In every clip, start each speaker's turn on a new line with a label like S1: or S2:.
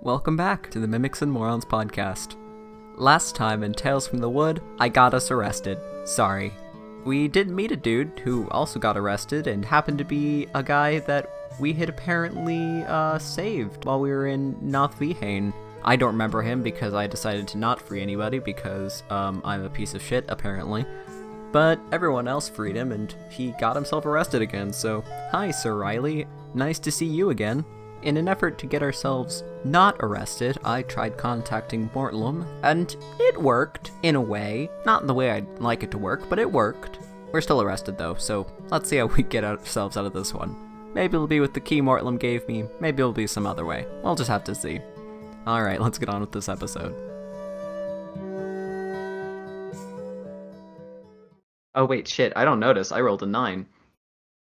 S1: Welcome back to the Mimics and Morons podcast. Last time in Tales from the Wood, I got us arrested. Sorry. We did meet a dude who also got arrested and happened to be a guy that we had apparently uh, saved while we were in Nothvihane. I don't remember him because I decided to not free anybody because um, I'm a piece of shit, apparently. But everyone else freed him and he got himself arrested again, so hi, Sir Riley. Nice to see you again. In an effort to get ourselves not arrested, I tried contacting Mortlum, and it worked, in a way. Not in the way I'd like it to work, but it worked. We're still arrested though, so let's see how we get ourselves out of this one. Maybe it'll be with the key Mortlum gave me, maybe it'll be some other way. We'll just have to see. Alright, let's get on with this episode. Oh wait, shit, I don't notice. I rolled a 9.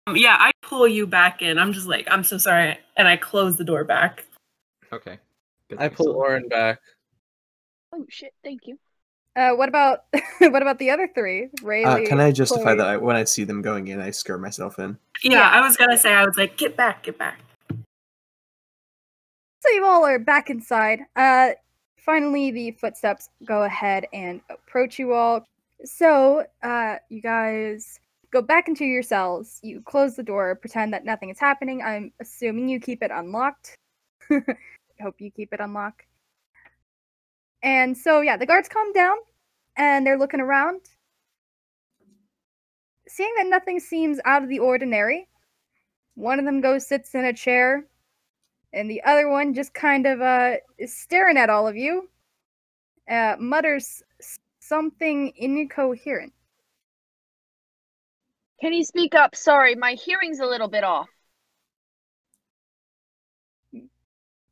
S2: Um, yeah, I pull you back in. I'm just like, I'm so sorry, and I close the door back.
S1: Okay. Good
S3: I pull Oren back.
S4: Oh shit, thank you.
S5: Uh, what about what about the other three?
S3: Uh,
S5: Rayleigh.
S3: can I justify
S5: Chloe.
S3: that I, when I see them going in, I scare myself in?
S2: Yeah,
S5: Yeah.
S2: I was gonna say, I was like, get back, get back.
S5: So you all are back inside. Uh, finally, the footsteps go ahead and approach you all. So uh, you guys go back into your cells. You close the door, pretend that nothing is happening. I'm assuming you keep it unlocked. I hope you keep it unlocked. And so yeah, the guards calm down, and they're looking around. Seeing that nothing seems out of the ordinary, one of them goes sits in a chair, and the other one just kind of uh is staring at all of you uh mutters s- something incoherent
S4: Can you speak up? Sorry, my hearing's a little bit off.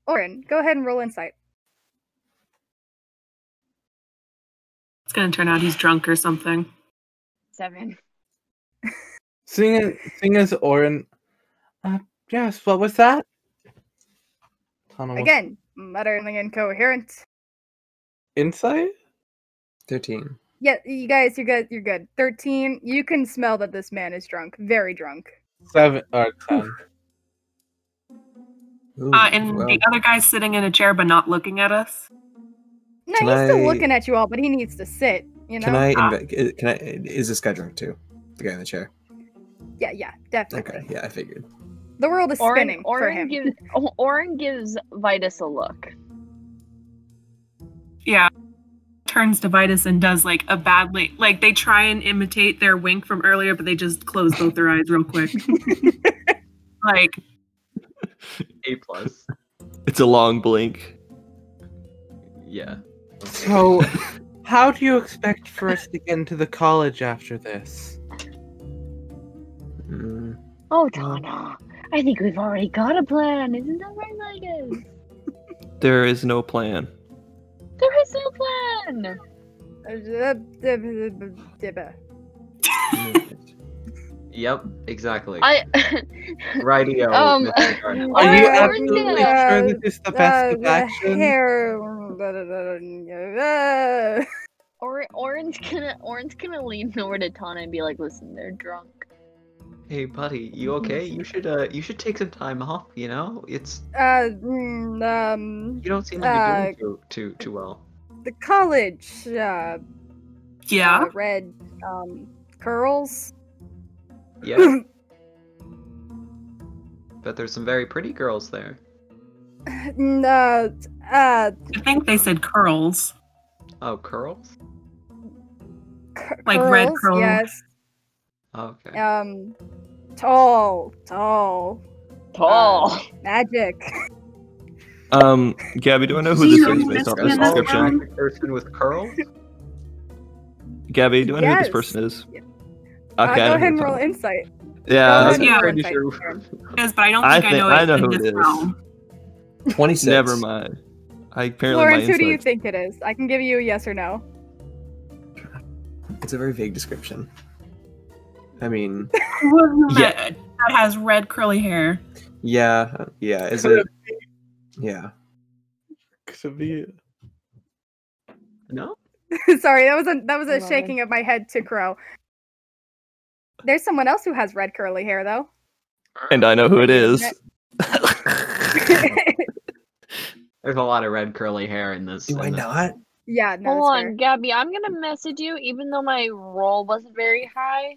S5: orin go ahead and roll insight
S2: It's gonna turn out he's drunk or something.
S4: Seven.
S3: Sing it, sing as Oren. Uh, yes, what was that? Tunnel.
S5: again muttering incoherent
S3: Insight? 13.
S5: yeah you guys you're good you're good 13 you can smell that this man is drunk very drunk
S3: 7 or 10. Ooh,
S2: Uh, and
S3: well,
S2: the other guy's sitting in a chair but not looking at us.
S5: no
S3: Can
S5: he's still
S3: I-
S5: looking at you all but he needs to sit you know
S3: Can I,
S2: Ah.
S3: inve- uh, can I, is this guy drunk too? The guy in the chair.
S5: yeah yeah definitely
S3: Okay, yeah, I figured.
S5: the world is
S4: Oren,
S5: spinning for
S4: Oren,
S5: him
S4: gives, O- Oren gives Vitus a look.
S2: Yeah. Turns to Vitus and does like a badly like they try and imitate their wink from earlier, but they just close both their eyes real quick. like
S1: A plus.
S6: It's a long blink.
S1: Yeah.
S7: So, how do you expect for us to get into the college after this?
S3: Mm,
S4: Oh, Donna, I think we've already got a plan. Isn't that right, Vegas?
S6: There is no plan.
S4: There is no plan.
S1: Yep, exactly.
S4: I.
S1: Radio.
S4: Um,
S1: Mr. Garner.
S4: Are
S7: Are you
S4: Alright, we're
S7: absolutely
S4: gonna-
S7: sure that this is the best
S5: Uh,
S7: of
S5: the
S7: action?
S5: hair-
S4: Or, Oren's gonna Oren's gonna lean over to Tana and be like, "Listen, they're drunk."
S1: Hey, buddy, you okay? You should uh, you should take some time off. You know, it's
S5: Uh, mm, um,
S1: you don't seem like
S3: Uh,
S1: you're doing too too, too well.
S5: the college, uh,
S2: yeah.
S5: uh, red, um, curls.
S1: Yeah. but there's some very pretty girls there.
S5: And, uh, uh,
S2: I think they said curls.
S1: Oh, curls.
S5: cur-
S2: Like red curl.
S5: Yes.
S1: Okay.
S5: Um, tall, tall,
S4: Tall.
S5: magic.
S6: Um, Gabby, do I know who this
S2: Jesus,
S6: is based off
S2: that's
S6: this
S2: not
S5: Um,
S6: description?
S2: wrong.
S1: Person with curls.
S6: Gabby, do I know who
S5: Yes.
S6: this person is?
S5: Yeah.
S6: Okay,
S5: Uh,
S6: I
S5: go
S6: know
S5: ahead
S6: who
S5: and
S6: you're
S5: roll
S6: talking-
S5: insight.
S6: Yeah,
S5: Go
S6: that's-
S5: ahead and
S2: yeah.
S5: roll
S1: pretty
S5: insight,
S1: sure.
S7: um,
S5: Karen.
S2: It is, but I don't
S6: I
S2: think I,
S6: think-
S2: know,
S6: I
S2: it's
S6: know
S2: in
S6: who it
S2: this
S6: is.
S2: realm.
S3: 26.
S6: never mind. I apparently
S5: Lawrence,
S6: my
S5: who do you
S6: insights-
S5: think it is? I can give you a yes or no.
S3: It's a very vague description. I mean,
S2: yeah. that, that has red curly hair.
S3: yeah, yeah, is
S7: Could
S3: it? Yeah.
S7: Could be-
S1: No.
S5: Sorry, that was a that was a
S4: Love it.
S5: shaking of my head to crow. There's someone else who has red curly hair though.
S6: and I know who it is.
S1: There's a lot of red curly hair in this.
S8: Do I
S1: in this-
S8: not?
S5: Yeah, no,
S4: Hold
S5: that's
S4: on,
S5: fair.
S4: Gabby. I'm gonna message you, even though my roll wasn't very high.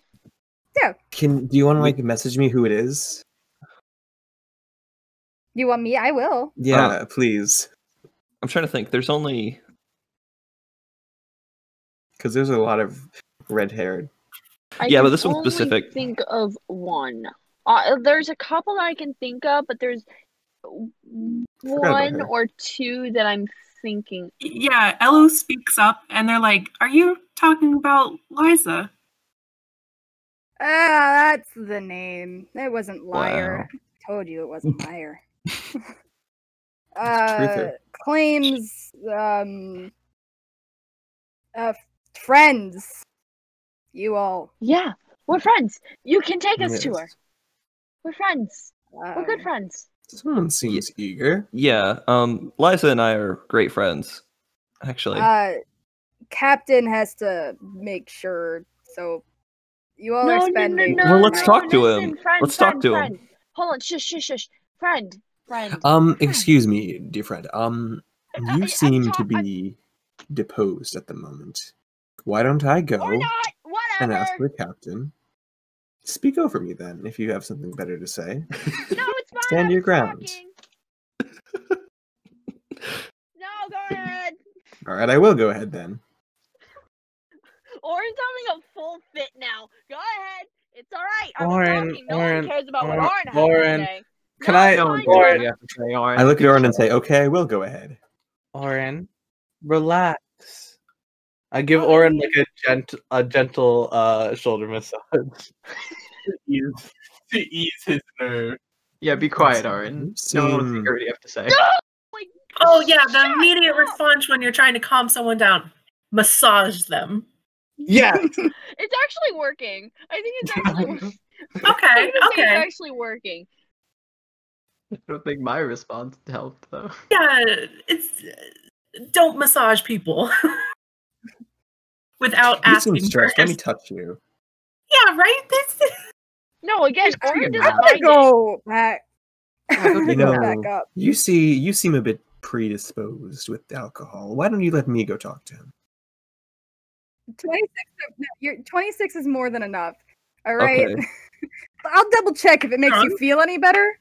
S8: Can do you want to like message me who it is?
S5: You want me? I will.
S8: Yeah, please.
S6: I'm trying to think. There's only
S8: Because there's a lot of red-haired.
S4: I
S6: Yeah, but
S4: can
S6: this one's
S4: only
S6: specific.
S4: Think of one. Uh, there's a couple that I can think of, but there's
S8: about
S4: one
S8: her.
S4: or two that I'm thinking.
S2: Yeah, Elo speaks up and they're like, Are you talking about Liza?
S5: Ah, that's the name. It wasn't liar. Told you it wasn't liar. uh,
S8: truther.
S5: claims um uh friends. You all
S4: Yeah, we're friends. You can take us to
S8: Yes.
S4: her. We're friends. We're
S5: um,
S4: good friends.
S8: Someone seems eager.
S6: yeah. Um, Liza and I are great friends, actually.
S5: Uh, captain has to make sure. So you all are spending.
S6: Well, let's
S5: the
S6: talk
S5: night-
S6: to him. Let's talk to him.
S4: friend. Hold on, shush, shush, shush. Friend, friend.
S8: Um, excuse me, dear friend. Um,
S4: I-
S8: you
S4: I'm
S8: seem to
S4: sorry, I-
S8: be deposed at the moment. Why don't I
S4: or
S8: go
S4: not,
S8: and ask
S4: whatever.
S8: the captain? Speak over me then, if you have something better to say.
S4: No, it's fine.
S8: Stand
S4: I'm
S8: your
S4: just
S8: ground.
S4: talking. no, go ahead.
S8: All right, I will go ahead then.
S4: Orin's having a full fit now. Go ahead. It's all right. I'm
S3: Orin,
S4: talking. No
S3: Orin,
S4: one cares about
S3: Orin,
S4: what Orin has
S3: Orin.
S4: to say.
S3: Can
S4: No,
S3: I-
S4: it's
S1: Don't
S4: fine,
S1: do what
S4: Orin.
S1: you have to say, Orin.
S8: I look at Orin and say, "Okay, I will go ahead."
S3: Orin, relax. I give
S4: Oh,
S3: Orin
S4: yeah.
S3: like a gent a gentle uh shoulder massage to ease to ease his nerve.
S1: Yeah, be quiet, Orin. No one wants to
S8: Seem-
S1: hear what you have to say.
S4: Like,
S2: Oh yeah, the
S4: shut
S2: immediate
S4: up.
S2: response when you're trying to calm someone down. Massage them.
S3: Yeah.
S4: It's actually working. I think it's actually working. I
S2: Okay,
S4: think it's
S2: okay.
S4: actually working.
S1: I don't think my response helped though.
S2: Yeah, it's don't massage people without
S8: You seem
S2: asking
S8: stressed. Let me
S2: first.
S8: touch you.
S2: Yeah, right. This
S4: No, again,
S1: Just
S4: Orin
S1: hang
S4: doesn't
S1: out.
S5: I'm gonna
S4: mind it.
S5: go back.
S3: Yeah,
S5: I'm
S3: go
S5: gonna
S8: take a
S5: go
S8: walk.
S5: back up.
S8: You see, you seem a bit predisposed with alcohol. Why don't you let me go talk to him?
S5: 26, no, you're, 26 is more than enough. All right.
S6: Okay.
S5: I'll double check if it makes you feel any better.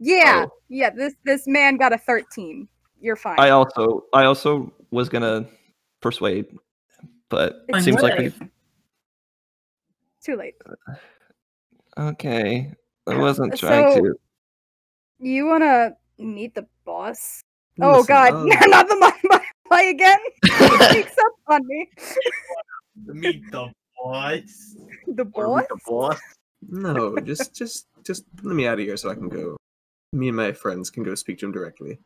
S5: Yeah.
S6: Oh.
S5: Yeah, this this man got a 13. You're fine.
S6: I also I also was gonna persuade, but
S5: It's
S6: seems
S5: too
S6: like
S5: late.
S6: we
S5: Too late.
S6: okay. I wasn't trying
S5: So-
S6: to.
S5: You want to meet the boss? oh
S8: Listen, oh. um,
S5: god.
S8: I'll-
S5: Not the my, my, my again. He Sneaks up on me.
S7: Meet the boss.
S5: The
S1: Or
S5: boss?
S1: with the boss.
S8: No, just just just let me out of here so I can go. Me and my friends can go speak to him directly.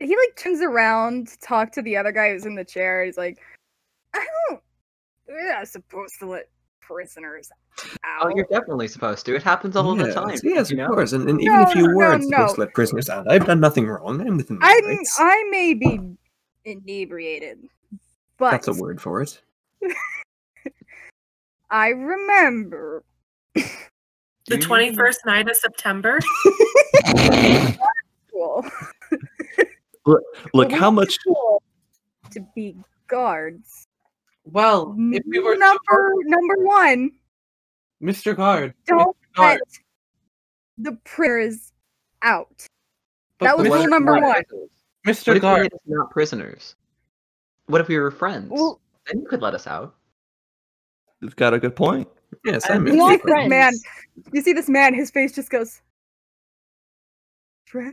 S5: He like turns around to talk to the other guy who's in the chair. He's like, "I don't we're not supposed to let prisoners
S1: Oh,
S5: out."
S1: you're definitely supposed to. It happens all the
S8: Yes,
S1: time.
S8: Yes,
S1: you
S8: of
S1: know?
S8: course. And, and even if
S5: No,
S8: you
S5: no,
S8: weren't supposed
S5: no.
S8: to let prisoners out, I've done nothing wrong. I'm within my
S5: I'm
S8: rights.
S5: I may be inebriated, but
S8: That's a word for it.
S5: I remember
S2: the
S1: Do you-
S2: 21st night of September.
S5: school,
S6: Look
S5: we
S6: how much.
S5: school to be guards.
S3: Well,
S5: Mm,
S3: if we were
S5: number number one,
S3: Mr. Guard.
S5: don't
S3: Mr.
S5: let
S3: Guard,
S5: the prayers out.
S3: but
S5: that was
S3: Mr.
S5: rule number
S3: Guard-
S5: one.
S1: What
S3: Mr.
S1: if we were
S3: Guard,
S1: just not prisoners? What if we were friends?
S5: Well,
S1: then you could let us out.
S6: You've got a good point.
S8: Yes,
S5: I
S8: I'm
S5: mean,
S8: within
S5: like
S8: my rights.
S5: that man. you see this man, his face just goes. "Friend?"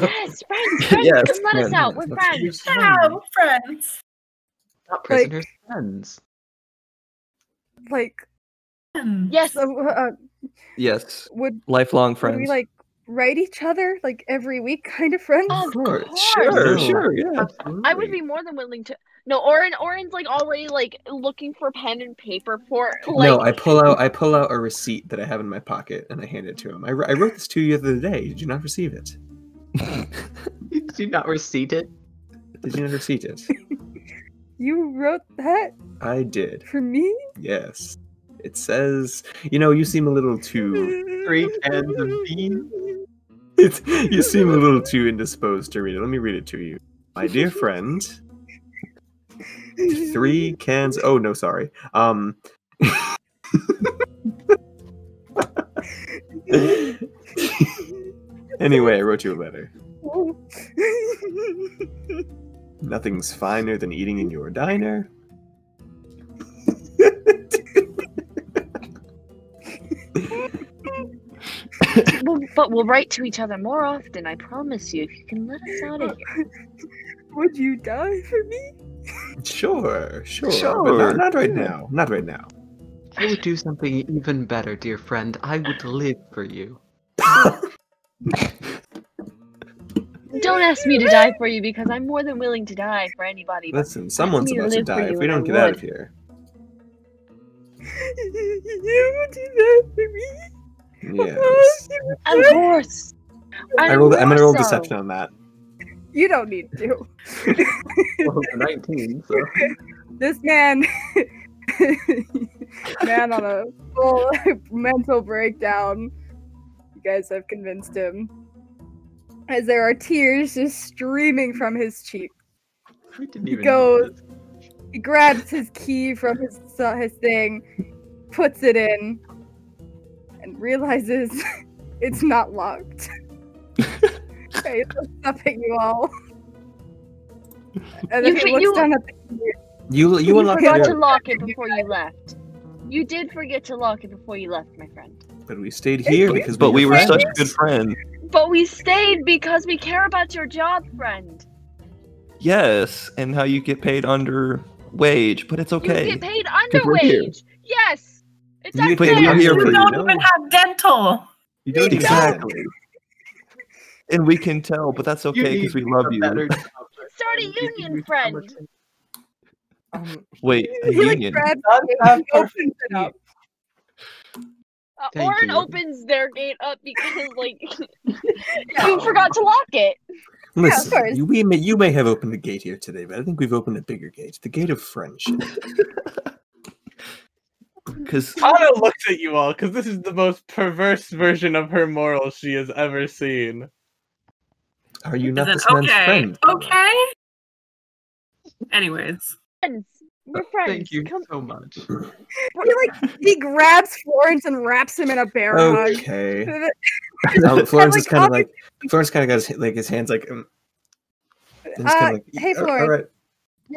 S4: Yes, friends, friends,
S6: Yes,
S4: come let us
S6: friends,
S4: out. We're
S8: that's what
S4: friends.
S8: you're saying.
S2: Wow, friends.
S1: Not prisoners, friends.
S5: Like,
S4: Yes,
S5: so, uh,
S6: Yes,
S5: would
S6: lifelong
S5: would we
S6: friends.
S5: like write each other like every week, kind of friends?
S4: of
S8: course,
S4: course.
S8: sure,
S6: sure,
S8: No.
S6: sure, yeah.
S4: I would be more than willing to. No, Orin, Orin's like already like looking for pen and paper for like.
S8: no, I pull out. I pull out a receipt that I have in my pocket and I hand it to him. I, wr- I wrote this to you the other day. Did you not receive it?
S1: Did you not receipt it?
S8: Did you not receive it?
S5: You wrote that
S8: I did.
S5: for me?
S8: Yes. It says, you know, you seem a little too
S1: Three cans of beans.
S8: It's, you seem a little too indisposed to read it. Let me read it to you. My dear friend, three cans. Oh, no, sorry. Um. anyway, I wrote you a letter. Nothing's finer than eating in your diner.
S4: Well, but we'll write to each other more often, I promise you, if you can let us out of here.
S5: Would you die for me?
S8: Sure, sure, but
S6: Sure,
S8: not, not right
S6: yeah.
S8: now. Not right now.
S1: I would do something even better, dear friend. I would live for you.
S4: Don't ask me to die for you because I'm more than willing to die for anybody. but
S8: Listen, someone's
S4: me to
S8: about to
S4: live for
S8: die if
S4: you
S8: we
S4: and I
S8: don't get out
S4: would.
S8: of here.
S5: you would do that for me?
S8: Yes.
S4: Of course.
S8: I rolled, I'm gonna roll
S4: more so.
S8: deception on that.
S5: You don't need to.
S8: Well, 19, so.
S5: This man, man on a full mental breakdown. You guys have convinced him. As there are tears just streaming from his cheek,
S8: We didn't even
S5: goes- he grabs his key from his his thing, puts it in, and realizes it's not locked. okay, he looks up at you all, and then
S4: You-
S5: he looks
S4: you-
S5: down at the
S8: You you
S4: You
S8: unlocked
S4: forgot to
S8: the
S4: lock it before you left. You did forget to lock it before you left, my friend.
S8: but we stayed here
S5: you.
S8: because
S6: But we were
S8: friends.
S6: such good friends.
S4: But we stayed because we care about your job, friend.
S6: Yes, and how you get paid under wage, but it's
S4: You
S6: okay.
S4: get paid
S8: we're here.
S4: underwage. Yes. It's
S8: You get paid
S4: unfair.
S8: I'm here for
S2: You
S8: you,
S2: don't
S8: no?
S2: even have dental.
S8: You don't even have
S6: exactly. and we can tell, but that's okay because we love you.
S4: Start a union, friend.
S7: Um,
S6: Wait, a
S5: he like
S6: union.
S5: grabs
S7: does
S5: it,
S7: have
S5: he opens it up.
S4: Uh,
S1: Thank
S4: Orin
S1: you.
S4: opens their gate up because, like, you forgot to lock it.
S8: Listen,
S5: course.
S8: you, we may, you may have opened the gate here today, but I think we've opened a bigger gate, the gate of friendship.
S6: Because
S7: Anna looks at you all because this is the most perverse version of her moral she has ever seen.
S8: Are you not
S2: Is it
S8: this man's
S2: okay?
S8: friend?
S2: Okay. Anyways,
S4: Friends. We're friends.
S1: Thank you
S4: Come,
S1: so much.
S5: He like he grabs Florence and wraps him in a bear hug.
S8: Okay. Hmm? Oh, Florence is kind of like Florence kind of got his, ha- like his hands like. Um, and he's
S5: Uh,
S8: kinda like,
S5: hey,
S8: "All- all
S5: Florence.
S8: right,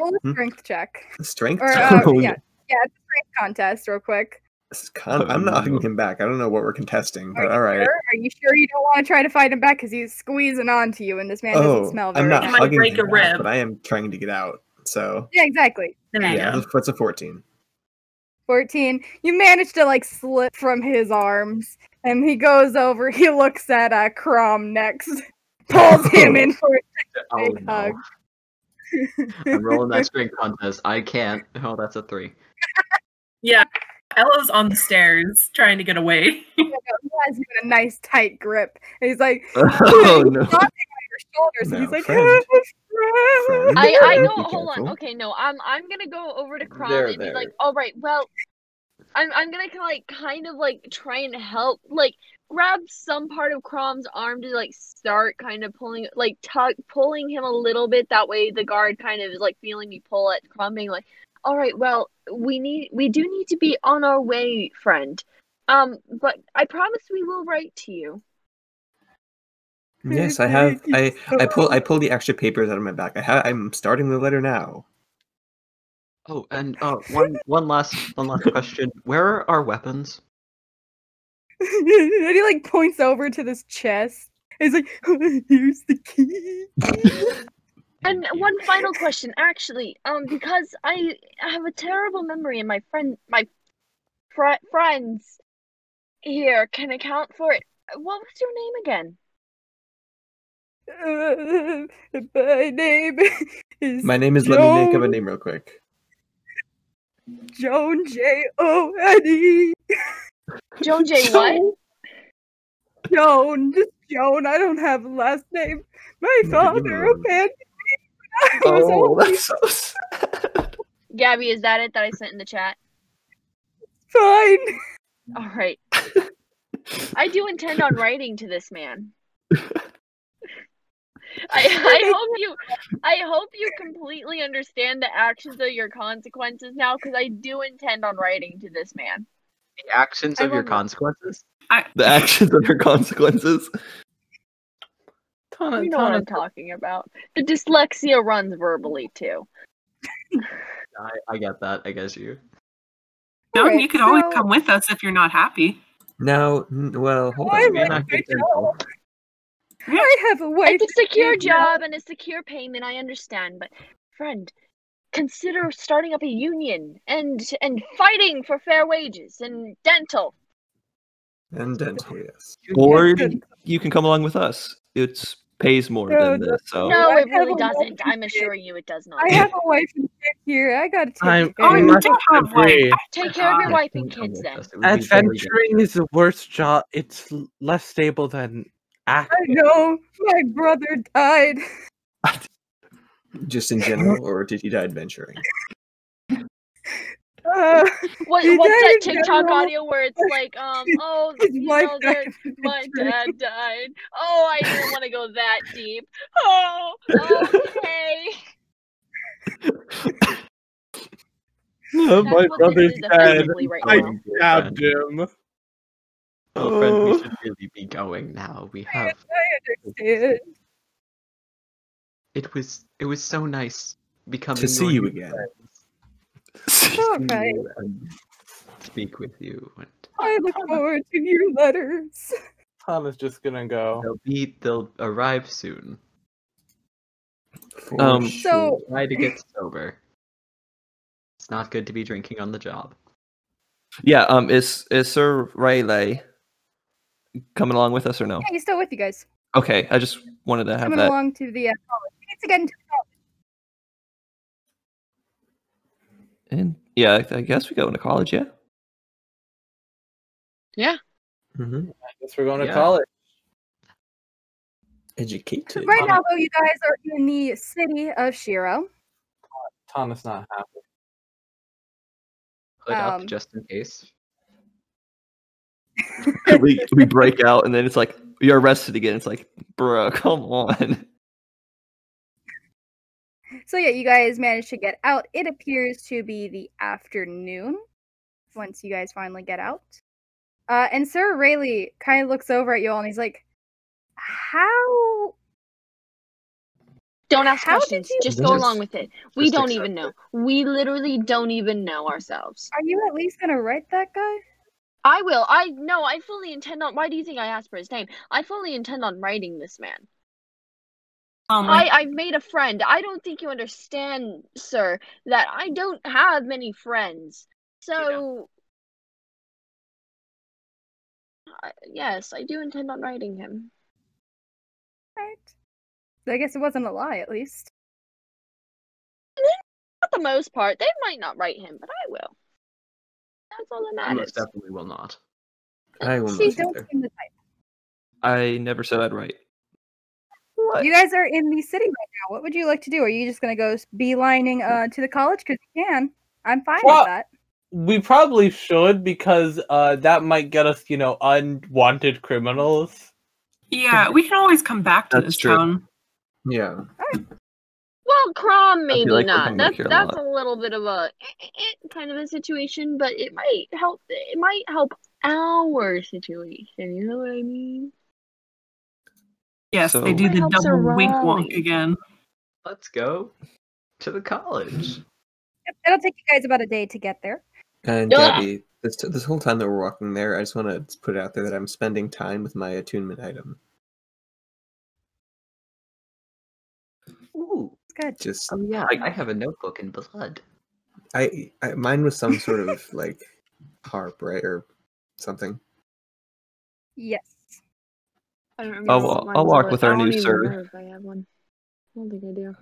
S5: Roll a
S8: Hmm?
S5: strength check.
S8: strength.
S5: Or uh,
S8: Oh,
S5: yeah, yeah, it's a strength contest, real quick.
S8: this is con-
S6: Oh,
S8: I'm not hugging
S6: no.
S8: him back. I don't know what we're contesting,
S5: Are
S8: but
S5: you
S8: all right.
S5: Sure? Are you sure you don't want to try to fight him back because he's squeezing onto you and this man doesn't
S8: Oh,
S5: smell very
S8: I'm not
S2: You
S5: nice.
S2: might
S8: hugging
S2: break
S8: him
S2: a
S8: back,
S2: rib.
S8: but I am trying to get out. So
S5: Yeah, exactly.
S2: there you
S8: yeah,
S2: go.
S8: that's- that's a fourteen.
S5: Fourteen. You manage to like slip from his arms, and he goes over. He looks at uh, Crom next, pulls him in for a
S1: Oh,
S5: big hug.
S1: I'm rolling that strength contest. I can't. Oh, that's a three.
S2: Yeah. Ella's on the stairs trying to get away.
S5: He has you in a nice tight grip, and he's like,
S6: oh no.
S5: Not on your shoulders, and
S8: No,
S5: he's like,
S8: friend.
S5: "Ah, friend."
S8: Friend,
S4: I, I
S8: be
S4: know. Hold on.
S8: careful.
S4: Okay, no. I'm I'm gonna go over to Crom
S6: There,
S4: and be
S6: there.
S4: like, all right, well, I'm I'm gonna kinda, like kind of like try and help, like grab some part of Crom's arm to like start kind of pulling, like tug pulling him a little bit. That way, the guard kind of is like feeling me pull at Crom, being like, all right, well, we need we do need to be on our way, friend. Um, but I promise we will write to you.
S8: Yes, I have. I I pull I pull the extra papers out of my back. I ha- I'm starting the letter now.
S1: Oh, and uh, one one last one last question. Where are our weapons?
S5: and he like points over to this chest. He's like, "Here's the key."
S4: And one final question, actually, um, because I I have a terrible memory, and my friend, my fri- friends here can account for it. What was your name again?
S5: Uh, my name is
S8: My name is. Let me make up a
S5: Joan.
S8: name real quick.
S5: Joan J O N E.
S4: Joan J. What?
S5: Joan, just Joan. I don't have a last name. My
S8: Look at you,
S5: father
S8: Mom.
S5: abandoned me when I was old.
S8: Oh.
S6: oh, that's so sad.
S4: Gabby, is that it that I sent in the chat?
S5: Fine.
S4: All right. I do intend on writing to this man. I, I hope you I hope you completely understand the actions of your consequences now because I do intend on writing to this man.
S1: The actions
S4: I
S1: of your
S4: will-
S1: consequences?
S6: The actions of your consequences.
S4: You know what I'm talking about. The dyslexia runs verbally too.
S1: I, I get that. I guess you.
S2: No,
S5: Alright,
S2: you could always
S5: so-
S2: come with us if you're not happy.
S8: Now, n- well, hold
S5: Why
S8: on.
S5: would
S8: We're not
S5: I
S8: getting there.
S5: I have a wife.
S4: It's a secure
S5: and kids.
S4: job and a secure payment, I understand, but friend, consider starting up a union and and fighting for fair wages and dental.
S8: And dental, yes.
S6: Or you can come along with us. It pays more
S5: No,
S6: than
S5: Oh, no,
S6: this. So
S4: No,
S5: I
S4: it really
S5: have a
S4: doesn't.
S5: wife
S4: I'm
S5: and
S4: assuring you it does not.
S5: I have a wife and kids here. I gotta take
S7: I'm-
S5: care
S2: Oh,
S5: of
S7: I
S5: you.
S2: you
S7: must
S2: do have
S7: agree.
S2: one.
S4: Take care of your
S1: Ah,
S2: God.
S4: wife and
S1: Oh
S4: kids then.
S7: Adventuring is the worst job. It's l- less stable than
S5: I
S7: acting.
S5: know my brother died.
S8: Just in general, or did you die adventuring?
S5: Uh,
S4: What,
S5: He
S4: what's that
S5: died,
S4: TikTok
S5: General.
S4: audio where it's like, um, oh,
S5: his
S4: you
S5: wife
S4: know,
S5: died.
S4: there- my
S5: adventuring.
S4: dad died. Oh, I didn't want to go that deep. Oh, okay. That's
S7: My
S4: what
S7: brother
S4: this is
S7: died.
S4: effectively right
S7: I
S4: now.
S7: stabbed him.
S1: Oh, friend, we
S7: Oh.
S1: should really be going now. We have.
S5: I understand.
S1: It was. It was so nice becoming
S8: To see
S1: your
S8: you
S1: new
S8: again.
S1: friend,
S5: All right.
S1: and speak with you. And
S5: I look forward to your letters.
S7: Tom is just gonna go.
S1: they'll be. They'll arrive soon.
S8: For
S6: Um,
S5: So-
S1: Try to get sober. It's not good to be drinking on the job.
S6: yeah, um, is is Sir Rayleigh coming along with us or no?
S5: Hey, he's still with you guys.
S6: Okay, I just wanted to have
S5: Coming
S6: that.
S5: along to the uh, college. He needs to get into
S6: And yeah, I, I guess we go into college. Yeah.
S8: mhm.
S7: I guess we're going to
S1: Yeah.
S7: college.
S8: Educated.
S5: Right
S1: Um,
S5: now, though, you guys are in the city of Shiro.
S7: Tom is not happy.
S1: Hood up
S5: Um,
S1: just in case.
S6: we we break out, and then it's like you're arrested again. It's like, bro, come on.
S5: So yeah, you guys managed to get out. It appears to be the afternoon once you guys finally get out. Uh, and Sir Rayleigh kind of looks over at you all and he's like, "How?
S4: Don't ask
S5: How did
S4: questions.
S5: you-
S4: Just go
S6: Yes.
S4: along with it. We
S8: Just
S4: don't
S8: accept
S4: even know. We literally don't even know ourselves.
S5: Are you at least gonna write that guy?"
S4: I will. I no. I fully intend on. Why do you think I asked for his name? I fully intend on writing this man.
S2: Um,
S4: I, I've made a friend. I don't think you understand, sir, that I don't have many friends. So. I- yes, I do intend on writing him.
S5: Right. So I guess it wasn't a lie, at least.
S4: For the most part, they might not write him, but I will. That's all that
S1: I
S4: matters.
S1: most definitely will not.
S8: I will
S5: She
S8: not
S5: don't
S8: either.
S5: seem the type.
S6: I never said I'd write. What?
S5: You guys are in the city right now. What would you like to do? Are you just gonna go s- beelining uh, to the college? Because you can. I'm fine
S7: Well-
S5: with that.
S7: We probably should because uh, that might get us, you know, unwanted criminals.
S2: yeah, we can always come back to
S6: That's
S2: this
S6: true.
S2: town.
S8: Yeah.
S4: Well, Crom
S6: feel
S4: maybe
S6: like we're
S4: not.
S6: gonna
S4: That's
S6: hear a
S4: that's a
S6: lot.
S4: little bit of a eh, eh, eh kind of a situation, but it might help. It might help our situation. You know what I mean?
S2: Yes,
S6: So-
S2: they do
S4: My
S2: the
S4: helps are
S2: double wink
S4: rolling.
S2: wonk again.
S1: Let's go to the college.
S5: Yep, It'll take you guys about a day to get there.
S8: And
S4: Yeah.
S8: Gabby, this this whole time that we're walking there, I just want to put it out there that I'm spending time with my attunement item.
S1: Ooh.
S5: It's good.
S8: Just
S4: Um,
S1: Oh yeah.
S6: I-
S1: I have a notebook in blood.
S8: I, I mine was some sort of like harp, right, or something.
S5: Yes.
S4: I don't remember.
S6: I'll-
S4: what
S6: I'll
S4: mine was
S6: walk
S4: like.
S6: with our
S4: I don't
S6: new
S4: even
S6: sir.
S4: remember If I have one. I don't think I do.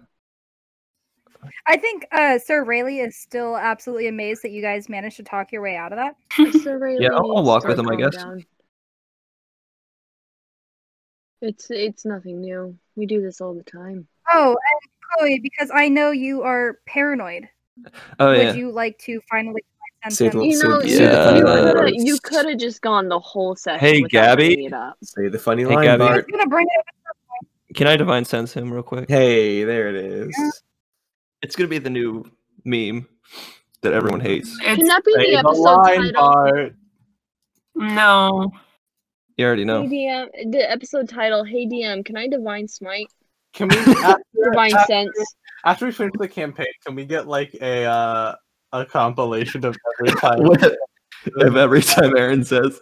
S5: I think uh, Sir Rayleigh is still absolutely amazed that you guys managed to talk your way out of that.
S4: Sir Ray
S6: Yeah, I'll-
S4: Lee
S6: I'll
S4: needs
S6: walk
S4: to
S6: with
S4: start
S6: him, I
S4: calming
S6: guess.
S4: down. It's it's nothing new. We do this all the time.
S5: Oh, and Chloe, because I know you are paranoid,
S6: Oh
S5: would
S6: yeah.
S5: you like to finally
S8: Say the-
S4: You
S8: So
S4: know,
S6: yeah.
S4: you could have just gone the whole session.
S6: Hey,
S4: without
S6: Gabby?
S4: bringing It up.
S8: Say the funny
S6: Hey,
S8: line,
S6: Gabby.
S5: I was
S8: Bart.
S5: gonna bring it up.
S6: Can I divine sense him real quick?
S8: Hey, there it is.
S6: It's gonna be the new meme that everyone hates.
S4: Can
S2: It's,
S4: that be the
S7: Say the
S4: episode
S7: line,
S4: title?
S7: Bart.
S2: no.
S6: You already
S4: Hey,
S6: know.
S4: DM, the episode title. Hey DM, can I divine smite?
S7: Can we after,
S4: Divine
S7: after-
S4: sense.
S7: after we finish the campaign? Can we get like a uh, a compilation of every time?
S6: Of every time Aaron says,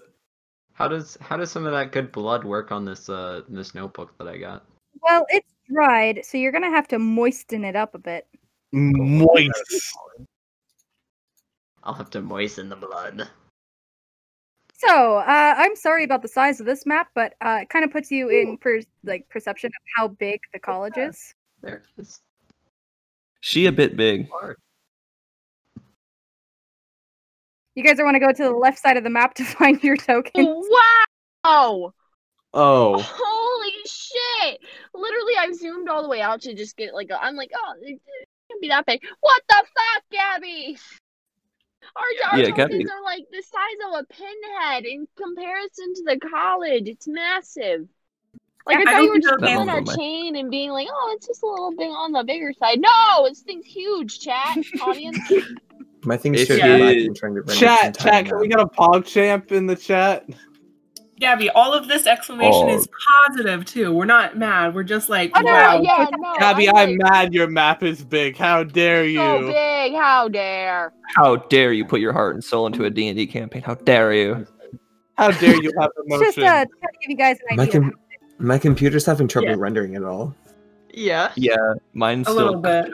S1: How does how does some of that good blood work on this uh this notebook that I got?
S5: Well, it's dried, so you're gonna have to moisten it up a bit.
S7: Moist.
S1: I'll have to moisten the blood.
S5: So uh, I'm sorry about the size of this map, but uh, it kind of puts you in per- like perception of how big the college is.
S1: There it is.
S6: "She a bit big."
S1: Hard.
S5: You guys want to go to the left side of the map to find your token.
S4: Wow!
S7: Oh,
S4: Holy shit! Literally, I zoomed all the way out to just get like a, I'm like, oh, it it can't be that big. What the fuck, Gabby? Our, our
S6: Yeah,
S4: tokens
S6: Gabby-
S4: are like the size of a pinhead in comparison to the college. It's massive. Like
S2: Yeah,
S4: I
S2: I
S4: thought
S2: don't
S4: you were
S2: think
S4: just
S2: they're
S4: pulling
S6: big.
S4: our
S6: Oh my.
S4: chain and being like, oh, it's just a little bit on the bigger side. No, this thing's huge, chat, audience.
S8: My thing
S6: It's
S8: should
S2: Yeah.
S8: be I'm trying to render
S7: chat,
S8: some time
S7: chat. Can we
S8: now.
S7: get a pog champ in the chat?
S2: Gabby, all of this exclamation is positive too. We're not mad. We're just like,
S4: Oh, no,
S2: wow.
S4: yeah, no.
S7: Gabby,
S4: I'm,
S7: I'm
S4: like,
S7: mad. Your map is big. How dare you?
S4: so big. How dare?
S6: How dare you put your heart and soul into a D and D campaign? How dare you?
S7: How dare you have
S5: It's just
S7: emotions?
S5: uh, trying to give you guys an
S8: My,
S5: idea.
S8: com- my computer's having trouble
S2: Yeah.
S8: rendering it all.
S1: Yeah.
S6: Mine's
S2: A
S6: still
S2: little bit.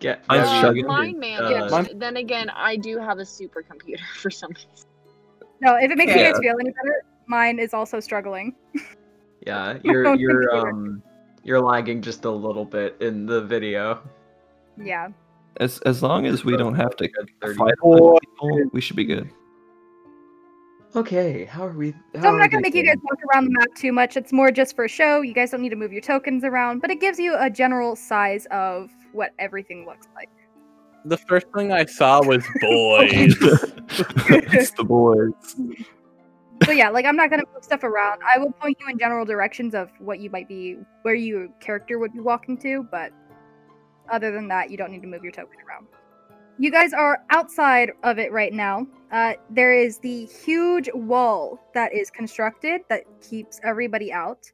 S1: Get
S6: I'm
S4: Uh,
S6: sure you-
S4: mine man.
S1: uh,
S7: Mine-
S4: Then again, I do have a supercomputer for some reason.
S5: No, if it makes
S2: Yeah.
S5: you guys feel any better, mine is also struggling.
S1: Yeah,
S5: My
S1: you're
S5: phone
S1: you're
S5: computer.
S1: um you're lagging just a little bit in the video.
S5: Yeah.
S6: As as long as we don't have to
S1: Good 30.
S6: fight other people, we should be good.
S1: Okay, how are we? How
S5: So I'm
S1: are
S5: not
S1: we
S5: gonna make you
S1: doing?
S5: guys walk around the map too much. It's more just for show. You guys don't need to move your tokens around, but it gives you a general size of what everything looks like.
S7: The first thing I saw was boys.
S6: it's the boys.
S5: so yeah, like I'm not gonna move stuff around. I will point you in general directions of what you might be, where your character would be walking to, but other than that, you don't need to move your token around. You guys are outside of it right now. Uh, there is the huge wall that is constructed that keeps everybody out.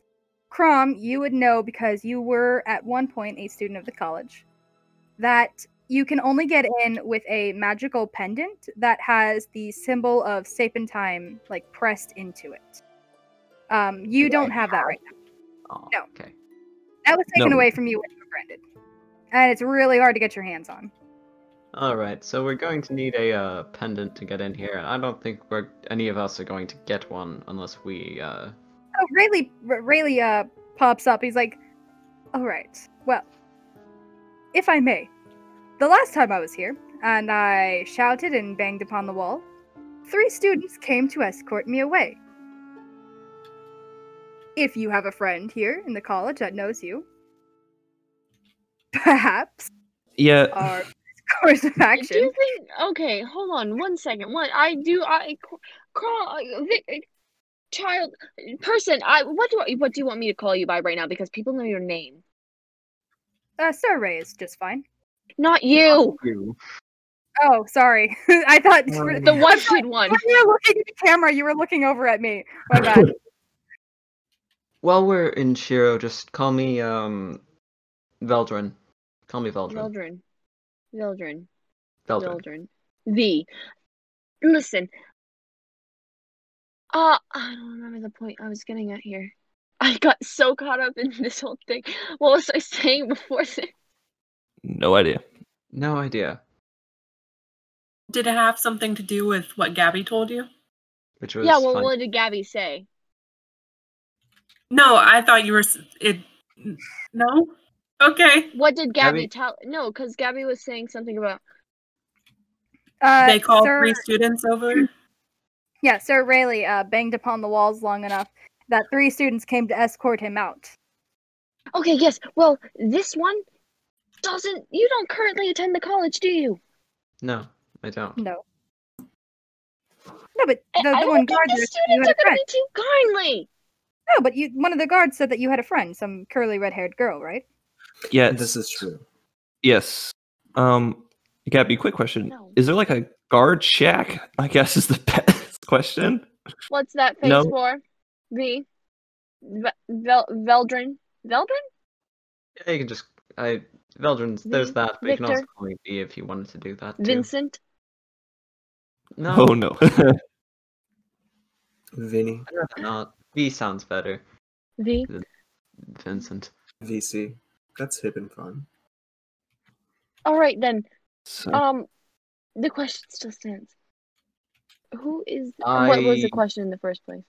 S5: Crom, you would know because you were at one point a student of the college. That you can only get in with a magical pendant that has the symbol of Sapentime like pressed into it. Um, you
S1: Do I
S5: don't have that right now.
S1: Oh,
S5: No.
S1: Okay.
S5: That was taken
S6: No.
S5: away from you when you were branded, and it's really hard to get your hands on.
S1: All right. So we're going to need a uh, pendant to get in here. I don't think we're any of us are going to get one unless we. uh
S5: Oh, Rayleigh, R- Rayleigh uh, pops up. He's like, "All right, well, if I may, the last time I was here, and I shouted and banged upon the wall, three students came to escort me away. If you have a friend here in the college that knows you, perhaps
S6: Yeah.
S5: our course of
S4: Do
S5: action."
S4: you think? Okay, hold on one second. What I do, I crawl, uh, child, person. I what do I, what do you want me to call you by right now? Because people know your name,
S5: Uh, Sir Ray is just fine.
S4: not you,
S1: you.
S5: Oh, sorry. I thought
S4: Oh, the one kid one.
S5: when you were looking at the camera, you were looking over at me. My bad.
S1: While we're in Shiro, just call me um, Veldrin. Call me Veldrin.
S4: Veldrin, Veldrin,
S1: Veldrin.
S4: Veldrin. The listen. Uh, I don't remember the point I was getting at here. I got so caught up in this whole thing. What was I saying before this?
S6: No idea.
S1: No idea.
S2: Did it have something to do with what Gabby told you?
S1: Which was
S4: Yeah, well,
S1: fun.
S4: what did Gabby say?
S2: No, I thought you were s- it. No. Okay.
S4: What did Gabby,
S1: Gabby-
S4: tell? No, because Gabby was saying something about.
S5: Uh,
S2: they called
S5: Sir,
S2: three students over.
S5: yeah, Sir Rayleigh uh, banged upon the walls long enough that three students came to escort him out.
S4: Okay, yes. Well, this one doesn't. You don't currently attend the college, do you?
S1: No, I don't.
S5: No. No, but
S4: I-
S5: the,
S4: I
S5: the
S4: don't
S5: one
S4: think
S5: guard
S4: the
S5: there said you had
S4: students are
S5: a
S4: going
S5: friend.
S4: to be too kindly.
S5: No, but you, one of the guards said that you had a friend, some curly red-haired girl, right?
S6: Yes.
S8: This is true.
S6: Yes. Um, Gabby, quick question.
S4: No.
S6: Is there like a guard shack? I guess is the best question.
S4: What's that face
S6: No.
S4: for? V. Ve- Vel- Veldrin. Veldrin?
S1: Yeah, you can just. I Veldrin's. There's
S4: Vin-
S1: that, but you can also
S4: Victor.
S1: call me B if you wanted to do that. Too.
S4: Vincent.
S1: No,
S6: Oh no.
S8: Vinny,
S1: I'd rather not. V sounds better.
S4: V.
S1: Vincent.
S8: VC. That's hip and fun.
S4: All right then.
S6: So-
S4: Um, the question still stands. Who is? What was
S1: I-
S4: the question in the first place?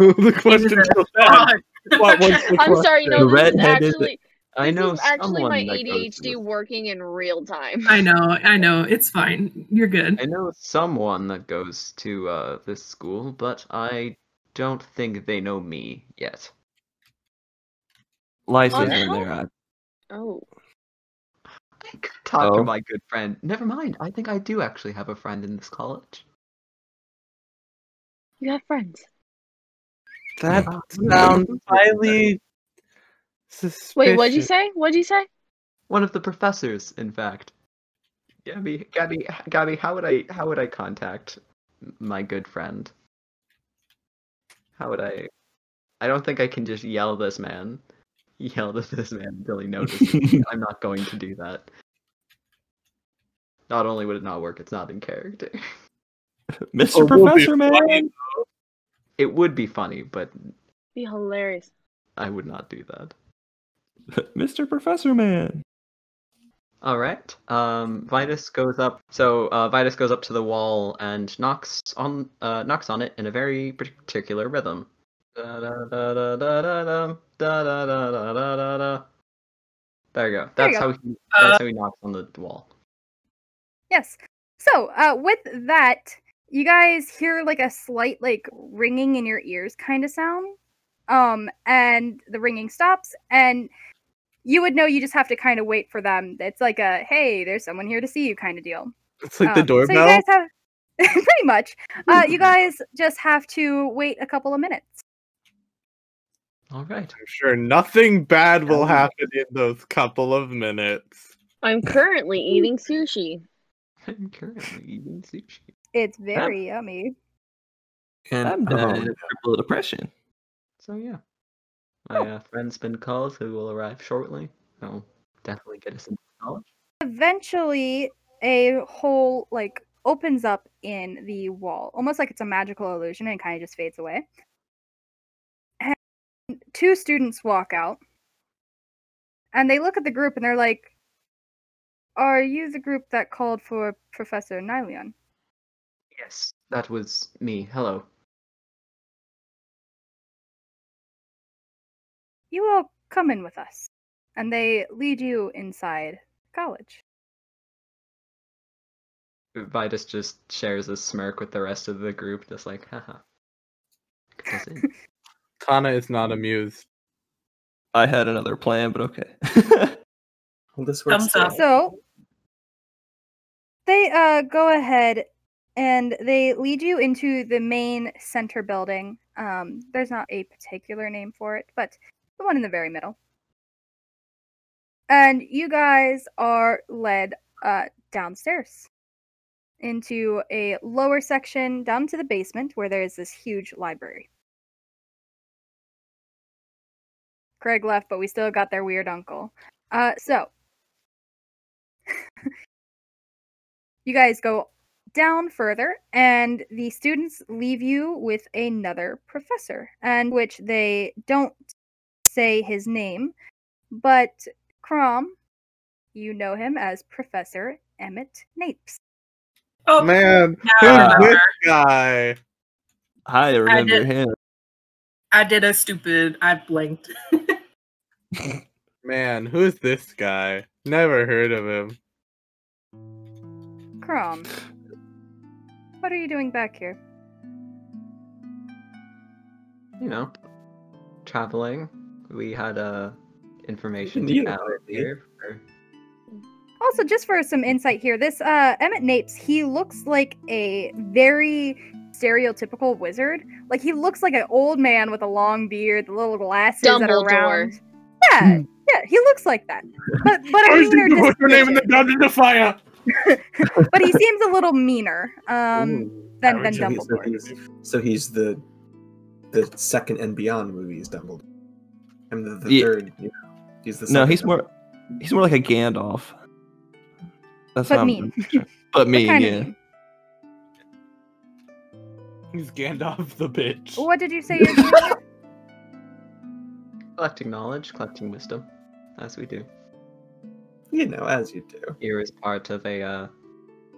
S5: Oh.
S3: the question still stands. What was the
S4: I'm
S3: question?
S4: sorry. No,
S6: The
S4: this is
S6: redheaded-
S4: actually.
S1: I
S4: this
S1: know
S4: is actually
S1: someone
S4: my
S1: that goes to
S4: ADHD
S1: this-
S4: working in real time.
S2: I know, I know. It's fine. You're good.
S1: I know someone that goes to uh, this school, but I don't think they know me yet.
S6: Liza's
S4: On
S6: in
S4: how?
S6: there. I-
S4: Um, Oh,
S1: I could talk
S6: Oh.
S1: to my good friend. Never mind. I think I do actually have a friend in this college.
S4: you have friends.
S3: That sounds highly suspicious.
S4: Wait, what'd you say? What'd you say?
S1: One of the professors, in fact. Gabby, Gabby, Gabby, how would I, how would I contact m- my good friend? How would I? I don't think I can just yell this man, yell to this man until he notices. me. I'm not going to do that. Not only would it not work, it's not in character.
S6: Mr.
S3: Oh, we'll be
S6: Professor Man.
S3: fine.
S1: It would be funny, but
S4: Be hilarious.
S1: I would not do that.
S6: Mr. Professor Man.
S1: All right. Um, Vitus goes up. So uh, Vitus goes up to the wall and knocks on uh, knocks on it in a very particular rhythm. Da-da-da-da-da-da-da, da-da-da-da-da-da. There you go.
S5: There you
S1: That's
S5: go. Uh,
S1: how he. That's how he knocks on the wall.
S5: Yes. So, uh, with that, you guys hear like a slight like ringing in your ears kind of sound. Um, and the ringing stops, and you would know you just have to kind of wait for them. It's like a hey, there's someone here to see you kind of deal.
S3: It's like the
S5: Um,
S3: doorbell.
S5: So you guys have pretty much. Uh, you guys just have to wait a couple of minutes.
S1: All right.
S3: I'm sure nothing bad will
S1: Um,
S3: happen in those couple of minutes.
S4: I'm currently eating sushi.
S1: I'm currently eating sushi.
S5: It's very yummy.
S8: And
S6: I'm
S8: uh,
S6: down in a triple depression.
S1: So yeah, my uh, friend's been called, who will arrive shortly. I'll definitely get us into college.
S5: Eventually, a hole like opens up in the wall, almost like it's a magical illusion, and kind of just fades away. And two students walk out, and they look at the group, and they're like, "Are you the group that called for Professor Nyleon?"
S1: Yes, that was me. Hello.
S5: you all come in with us. And they lead you inside college.
S1: Vitus just shares a smirk with the rest of the group, just like, haha. That's it.
S3: Kana is not amused.
S6: I had another plan, but okay.
S8: well, this works.
S2: Thumbs up.
S8: out.
S5: So they uh, go ahead and they lead you into the main center building. Um, there's not a particular name for it, but the one in the very middle. And you guys are led uh, downstairs into a lower section down to the basement where there is this huge library. Craig left, but we still got their weird uncle. Uh, so, you guys go down further, and the students leave you with another professor, and which they don't say his name, but Crom, you know him as Professor Emmett Napes.
S2: Oh,
S3: Man,
S2: now I
S6: Uh,
S2: remember.
S3: guy.
S6: I remember
S2: did-
S6: him.
S2: I did a stupid. I blinked.
S3: Man, who's this guy? Never heard of him.
S5: Crom, what are you doing back here?
S1: you know, traveling. We had uh, information
S6: You
S1: to
S6: know
S1: gather
S6: me.
S1: here. for-
S5: Also, just for some insight here, this uh, Emmett Napes, he looks like a very stereotypical wizard. Like he looks like an old man with a long beard, the little glasses that are
S4: Dumbledore.
S5: round. Yeah, yeah, he looks like that. But but I mean, they're
S7: think you put your name in the
S5: disfigured.
S7: dungeon of fire.
S5: but he seems a little meaner. Um,
S8: Ooh,
S5: than- than
S8: alright, so
S5: Dumbledore.
S8: He's, so, he's, so he's the the second and beyond movies Dumbledore. I'm the, the
S6: Yeah.
S8: third. You know, he's the
S6: No,
S8: second
S6: he's more he's more like a Gandalf. That's
S5: But
S6: how I'm-
S5: mean.
S6: But mean,
S5: kind
S6: yeah.
S5: of.
S7: He's Gandalf the bitch.
S5: What did you say? your name was?
S1: Collecting knowledge, collecting wisdom, as we do.
S8: Dumbledore. You know, as you do.
S1: Ear is part of a uh,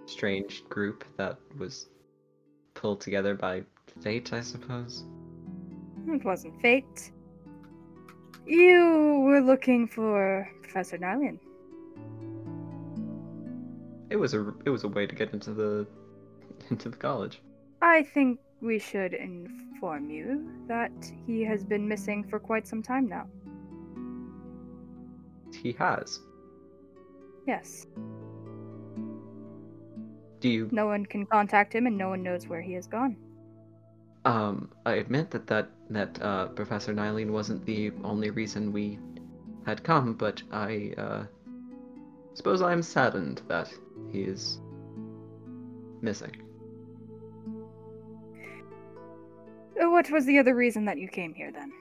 S1: strange group that was pulled together by fate, I suppose.
S5: It wasn't fate. You were looking for Professor Nyland.
S1: It was a it was a way to get into the into the college.
S5: I think we should inform you that he has been missing for quite some time now.
S1: He has.
S5: Yes.
S1: Do you
S5: No one can contact him and no one knows where he has gone.
S1: Um, I admit that that, that uh, Professor Nylene wasn't the only reason we had come, but I uh, suppose I'm saddened that he is missing.
S5: Uh, What was the other reason that you came here then?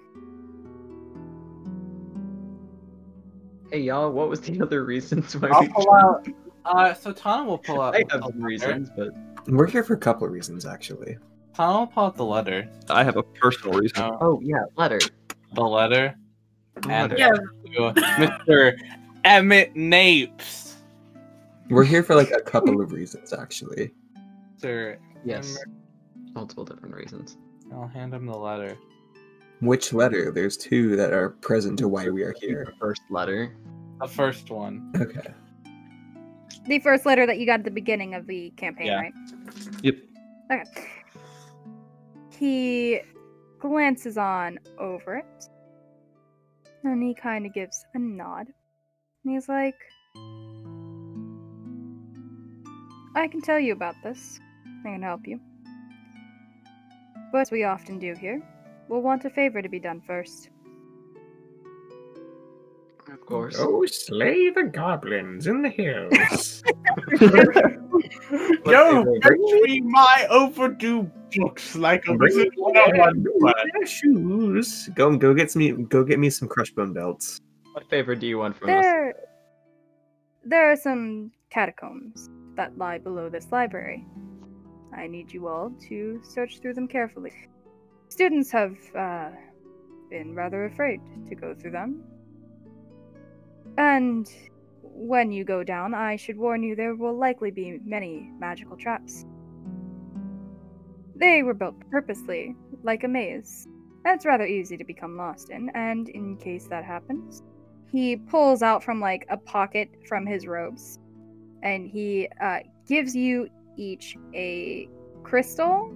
S1: Hey y'all, what was the other reasons why
S7: I'll
S1: we?
S8: Oh,
S7: pull out. Uh, so Tana will pull out.
S1: I have
S7: a
S1: some
S7: letter.
S1: reasons, but
S8: We're here for a couple of reasons, actually.
S7: Tana will pull out the letter.
S6: I have a personal reason.
S7: Uh,
S1: oh yeah, letter.
S7: the letter. And
S1: letter.
S2: Yeah.
S7: to Mr. Emmett Napes.
S8: We're here for like a couple of reasons, actually.
S7: Sir,
S1: Yes, multiple different reasons.
S7: I'll hand him the letter.
S8: Which letter? There's two that are present to why we are here.
S1: The first letter.
S7: The first one.
S8: Okay.
S5: The first letter that you got at the beginning of the campaign,
S7: Yeah.
S5: right?
S6: Yep.
S5: Okay. He glances on over it. And he kind of gives a nod. And he's like, I can tell you about this. I can help you. But as we often do here, we'll want a favor to be done first.
S8: Oh,
S1: Of course.
S9: Go Oh, slay the goblins in the hills.
S7: Yo, bring me my overdue books like a
S8: Bring me
S7: wizard one-on-one.
S8: their shoes. Go go get me go get me some crush bone belts.
S1: What favor do you want from us?
S5: There, there are some catacombs that lie below this library. I need you all to search through them carefully. Students have uh, been rather afraid to go through them. And when you go down, I should warn you there will likely be many magical traps. They were built purposely, like a maze. and It's rather easy to become lost in, and in case that happens, he pulls out from like a pocket from his robes and he uh, gives you each a crystal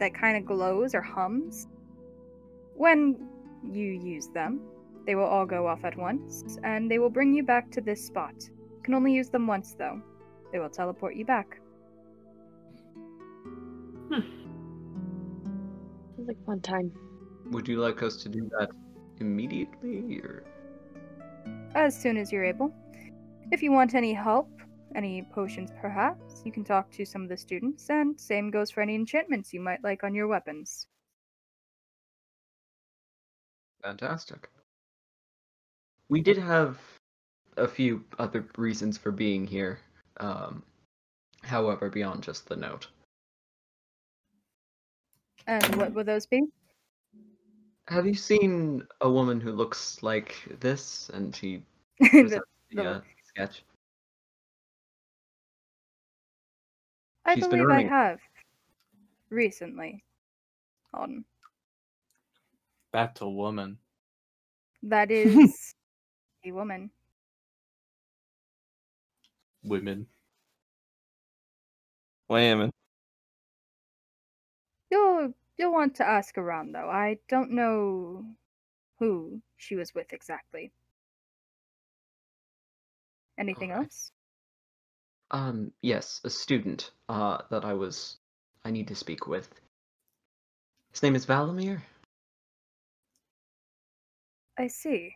S5: that kind of glows or hums when you use them they will all go off at once and they will bring you back to this spot you can only use them once though they will teleport you back
S4: Sounds like fun time.
S1: Would you like us to do that immediately, or
S5: as soon as you're able if you want any help any potions perhaps you can talk to some of the students and same goes for any enchantments you might like on your weapons
S1: Fantastic. We did have a few other reasons for being here, um, however, beyond just the note.
S5: and
S1: Mm-hmm.
S5: what will those be
S1: Have you seen a woman who looks like this? And she
S5: The-
S1: presents the
S5: the-
S1: uh, sketch.
S5: I
S1: She's been
S5: believe I
S1: earning it.
S5: have. Recently. On.
S7: That's a woman.
S5: That is a woman.
S7: Women.
S6: Whammon.
S5: You'll you'll want to ask around though. I don't know who she was with exactly. Anything
S1: Alright.
S5: else?
S1: Um, yes, a student uh, that I was I need to speak with. His name is Valamir.
S5: I see.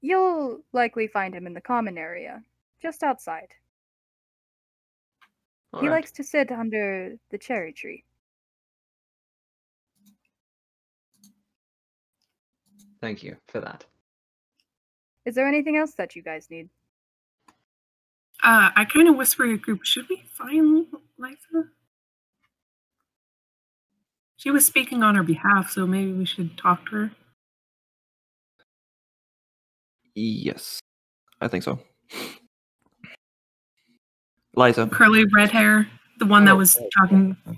S5: You'll likely find him in the common area, just outside.
S1: All
S5: he
S1: right.
S5: likes to sit under the cherry tree.
S1: Thank you for that.
S5: Is there anything else that you guys need?
S9: Uh, I kind of whisper to the group, should we find Lysa? She was speaking on her behalf, so maybe we should talk to her.
S6: Yes, I think so. Liza.
S9: Curly red hair, the one that was talking.
S1: Right.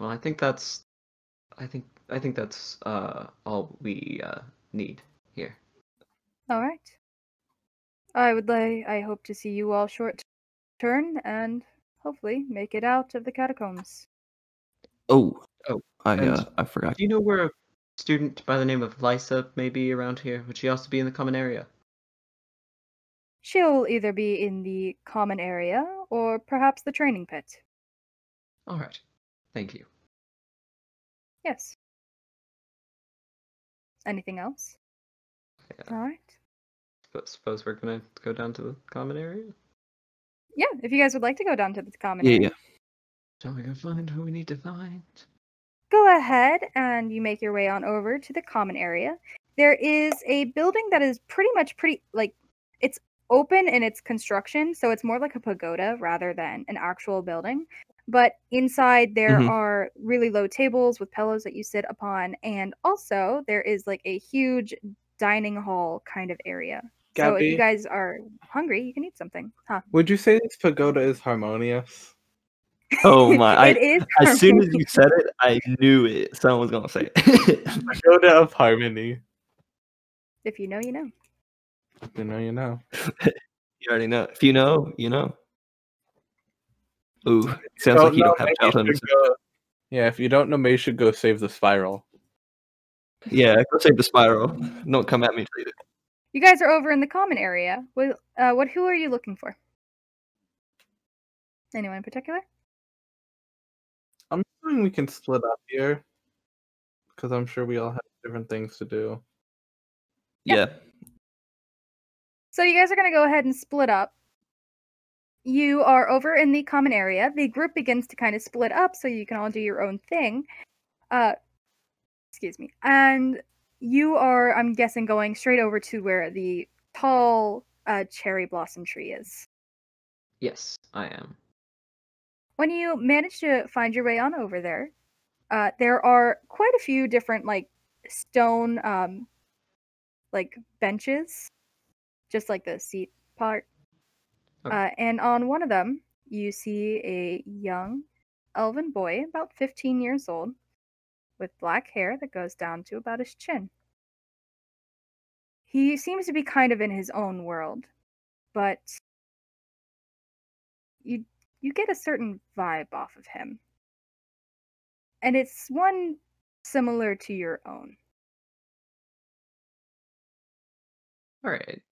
S1: Well, I think that's, I think I think that's uh, all we uh, need here.
S5: All right. I would lay. I hope to see you all short turn and hopefully make it out of the catacombs.
S6: Oh,
S1: Oh,
S6: I
S1: and-
S6: uh, I forgot.
S1: Do you know where a student by the name of Lysa may be around here? Would she also be in the common area?
S5: She'll either be in the common area or perhaps the training pit.
S1: All right. Thank you.
S5: Yes. Anything else?
S1: Yeah.
S5: All right.
S1: But suppose we're gonna go down to the common area.
S5: Yeah, if you guys would like to go down to the common
S6: Yeah,
S5: area,
S6: yeah.
S1: Shall we go find who we need to find?
S5: go ahead and you make your way on over to the common area. There is a building that is pretty much pretty like it's open in its construction, so it's more like a pagoda rather than an actual building. But inside there
S6: Mhm.
S5: are really low tables with pillows that you sit upon, and also there is like a huge dining hall kind of area. So if
S7: Gabby,
S5: you guys are hungry, you can eat something, huh?
S7: would you say this pagoda is harmonious?
S6: Oh my!
S5: it
S6: I,
S5: is
S6: as soon as
S5: harmony.
S6: you said it, I knew it. Someone was gonna say it.
S7: Pagoda of harmony.
S5: if you know, you know.
S7: You know, you know.
S6: You already know. If you know, you know. Ooh, sounds
S7: Don't
S6: like you
S7: know,
S6: don't have
S7: maybe you
S6: childhood.
S7: should go- Yeah, if you don't know, maybe you should go save the spiral.
S6: Yeah, go save the spiral. Don't come at me later.
S5: You guys are over in the common area. What, uh, what who are you looking for? Anyone in particular?
S7: I'm assuming we can split up here because I'm sure we all have different things to do.
S6: Yeah.
S5: So you guys are going to go ahead and split up. You are over in the common area. The group begins to kind of split up so you can all do your own thing. Uh excuse me. And you are I'm guessing going straight over to where the tall uh, cherry blossom tree is.
S1: Yes, I am.
S5: when you manage to find your way on over there, uh, there are quite a few different like stone um, like benches, just like the seat part.
S1: Okay.
S5: Uh, and on one of them, you see a young elven boy, about 15 years old, with black hair that goes down to about his chin. He seems to be kind of in his own world, but you you get a certain vibe off of him. And it's one similar to your own.
S1: All right.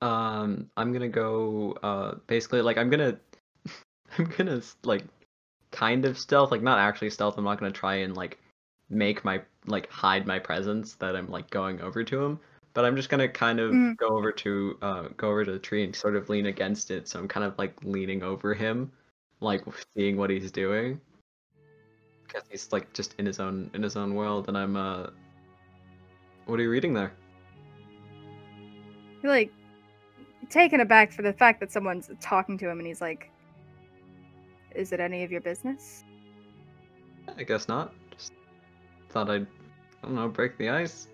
S1: Um, I'm gonna go. Uh, basically, like I'm gonna, I'm gonna s- like, kind of stealth. Like not actually stealth. I'm not gonna try and like make my like hide my presence that I'm like going over to him. But I'm just gonna kind of
S5: Mm.
S1: go over to uh go over to the tree and sort of lean against it. So I'm kind of like leaning over him, like seeing what he's doing. Because he's like just in his own in his own world, and I'm uh. What are you reading there?
S5: You're like taken aback for the fact that someone's talking to him and he's like, Is it any of your business?
S1: I guess not. Just thought I'd, I don't know, break the ice.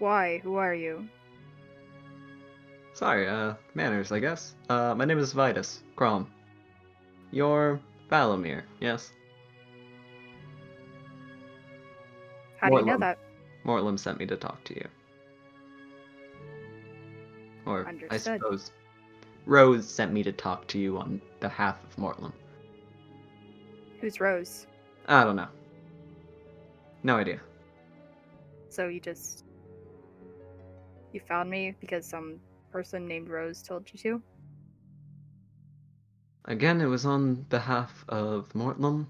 S5: Why? Who are you?
S1: Sorry, uh, manners, I guess. Uh, my name is Vitus, Crom. You're Valomir, yes?
S5: How do you know
S1: Mortlum.
S5: that?
S1: Mortlim sent me to talk to you. Or, I
S5: Understood.
S1: suppose, Rose sent me to talk to you on behalf of Mortlim.
S5: Who's Rose?
S1: I don't know. No idea.
S5: So you just. You found me because some person named Rose told you to?
S10: Again, it was on behalf of Mortlam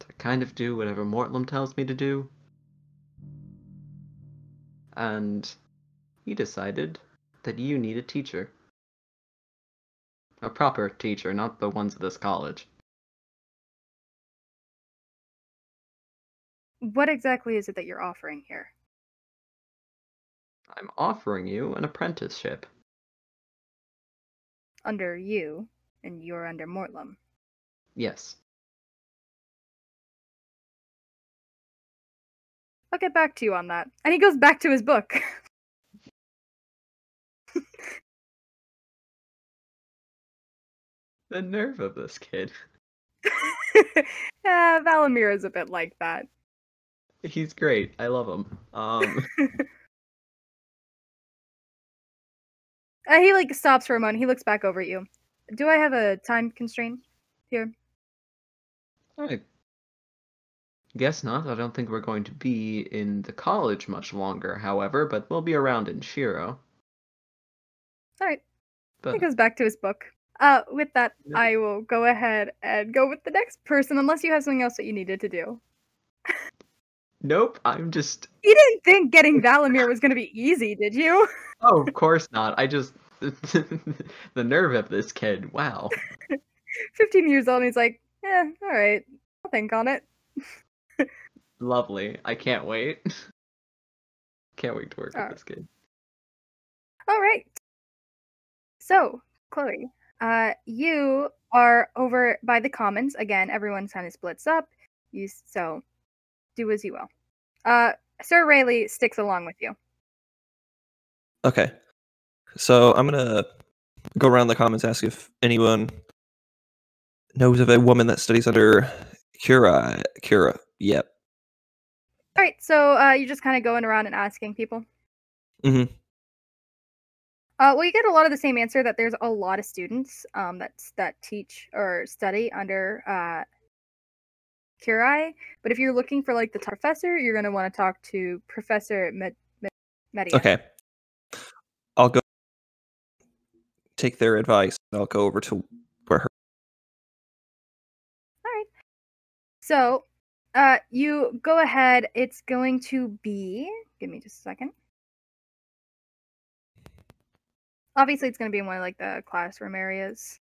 S10: to kind of do whatever Mortlam tells me to do. And he decided that you need a teacher. A proper teacher, not the ones at this college.
S5: What exactly is it that you're offering here?
S10: I'm offering you an apprenticeship.
S5: Under you, and you're under Mortlum.
S10: Yes.
S5: I'll get back to you on that. And he goes back to his book.
S10: The nerve of this kid.
S5: yeah, Valamir is a bit like that.
S10: He's great. I love him. Um,
S5: Uh, he like stops for a moment. He looks back over at you. Do I have a time constraint here?
S10: I guess not. I don't think we're going to be in the college much longer, however, but we'll be around in Shiro.
S5: All right.
S10: But
S5: He goes back to his book. Uh, with that, I will go ahead and go with the next person, unless you have something else that you needed to do.
S10: nope, I'm just.
S5: You didn't think getting Valamir was going to be easy, did you?
S10: Oh, of course not. I just. the nerve of this kid. Wow.
S5: 15 years old, and he's like, yeah, all right, I'll think on it.
S10: Lovely. I can't wait. Can't wait to work
S5: Alright.
S10: with this kid.
S5: All right. So, Chloe, uh, you are over by the commons again. Everyone kind of splits up. You s- so do as you will. Uh, Sir Rayleigh sticks along with you.
S6: Okay. So I'm gonna go around the comments ask if anyone knows of a woman that studies under Cura. Cura. Yep.
S5: All right, so uh, you're just kind of going around and asking people.
S6: Mhm.
S5: Uh, well, you get a lot of the same answer that there's a lot of students um, that s- that teach or study under uh, Curie. But if you're looking for like the top professor, you're going to want to talk to Professor Med- Med- Media.
S6: Okay. I'll go take their advice and I'll go over to where her
S5: So, uh, you go ahead. It's going to be. Give me just a second. Obviously, it's going to be in one of like the classroom areas.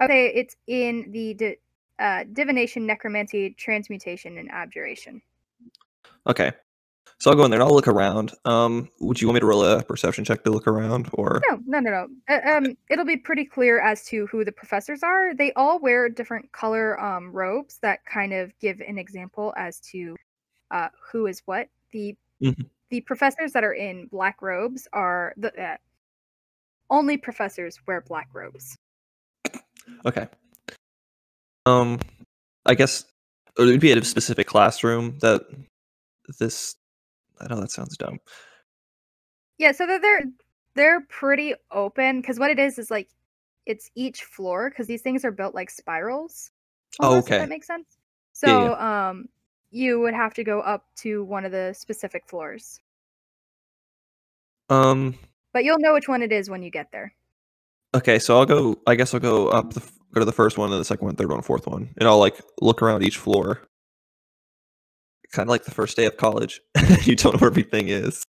S5: Okay, it's in the di- uh, divination, necromancy, transmutation, and abjuration.
S6: Okay. So I'll go in there and I'll look around. Um, would you want me to roll a perception check to look around or
S5: No, no, no, no. Uh, um, it'll be pretty clear as to who the professors are. They all wear different color um, robes that kind of give an example as to uh, who is what. The
S6: Mhm.
S5: the professors that are in black robes are the uh, only professors wear black robes.
S6: Okay. Um, I guess it would be at a specific classroom that this. I know that sounds dumb.
S5: Yeah, so they're they're, they're pretty open because what it is is like it's each floor because these things are built like spirals.
S6: Oh,
S5: almost, if
S6: okay.
S5: that makes sense.
S6: Yeah, yeah.
S5: So, um, you would have to go up to one of the specific floors,
S6: Um.
S5: but you'll know which one it is when you get there.
S6: Okay, so I'll go. I guess I'll go up the f- go to the first one, then the second one, third one, fourth one, and I'll like look around each floor. Kind of like the first day of college. you don't know where everything is.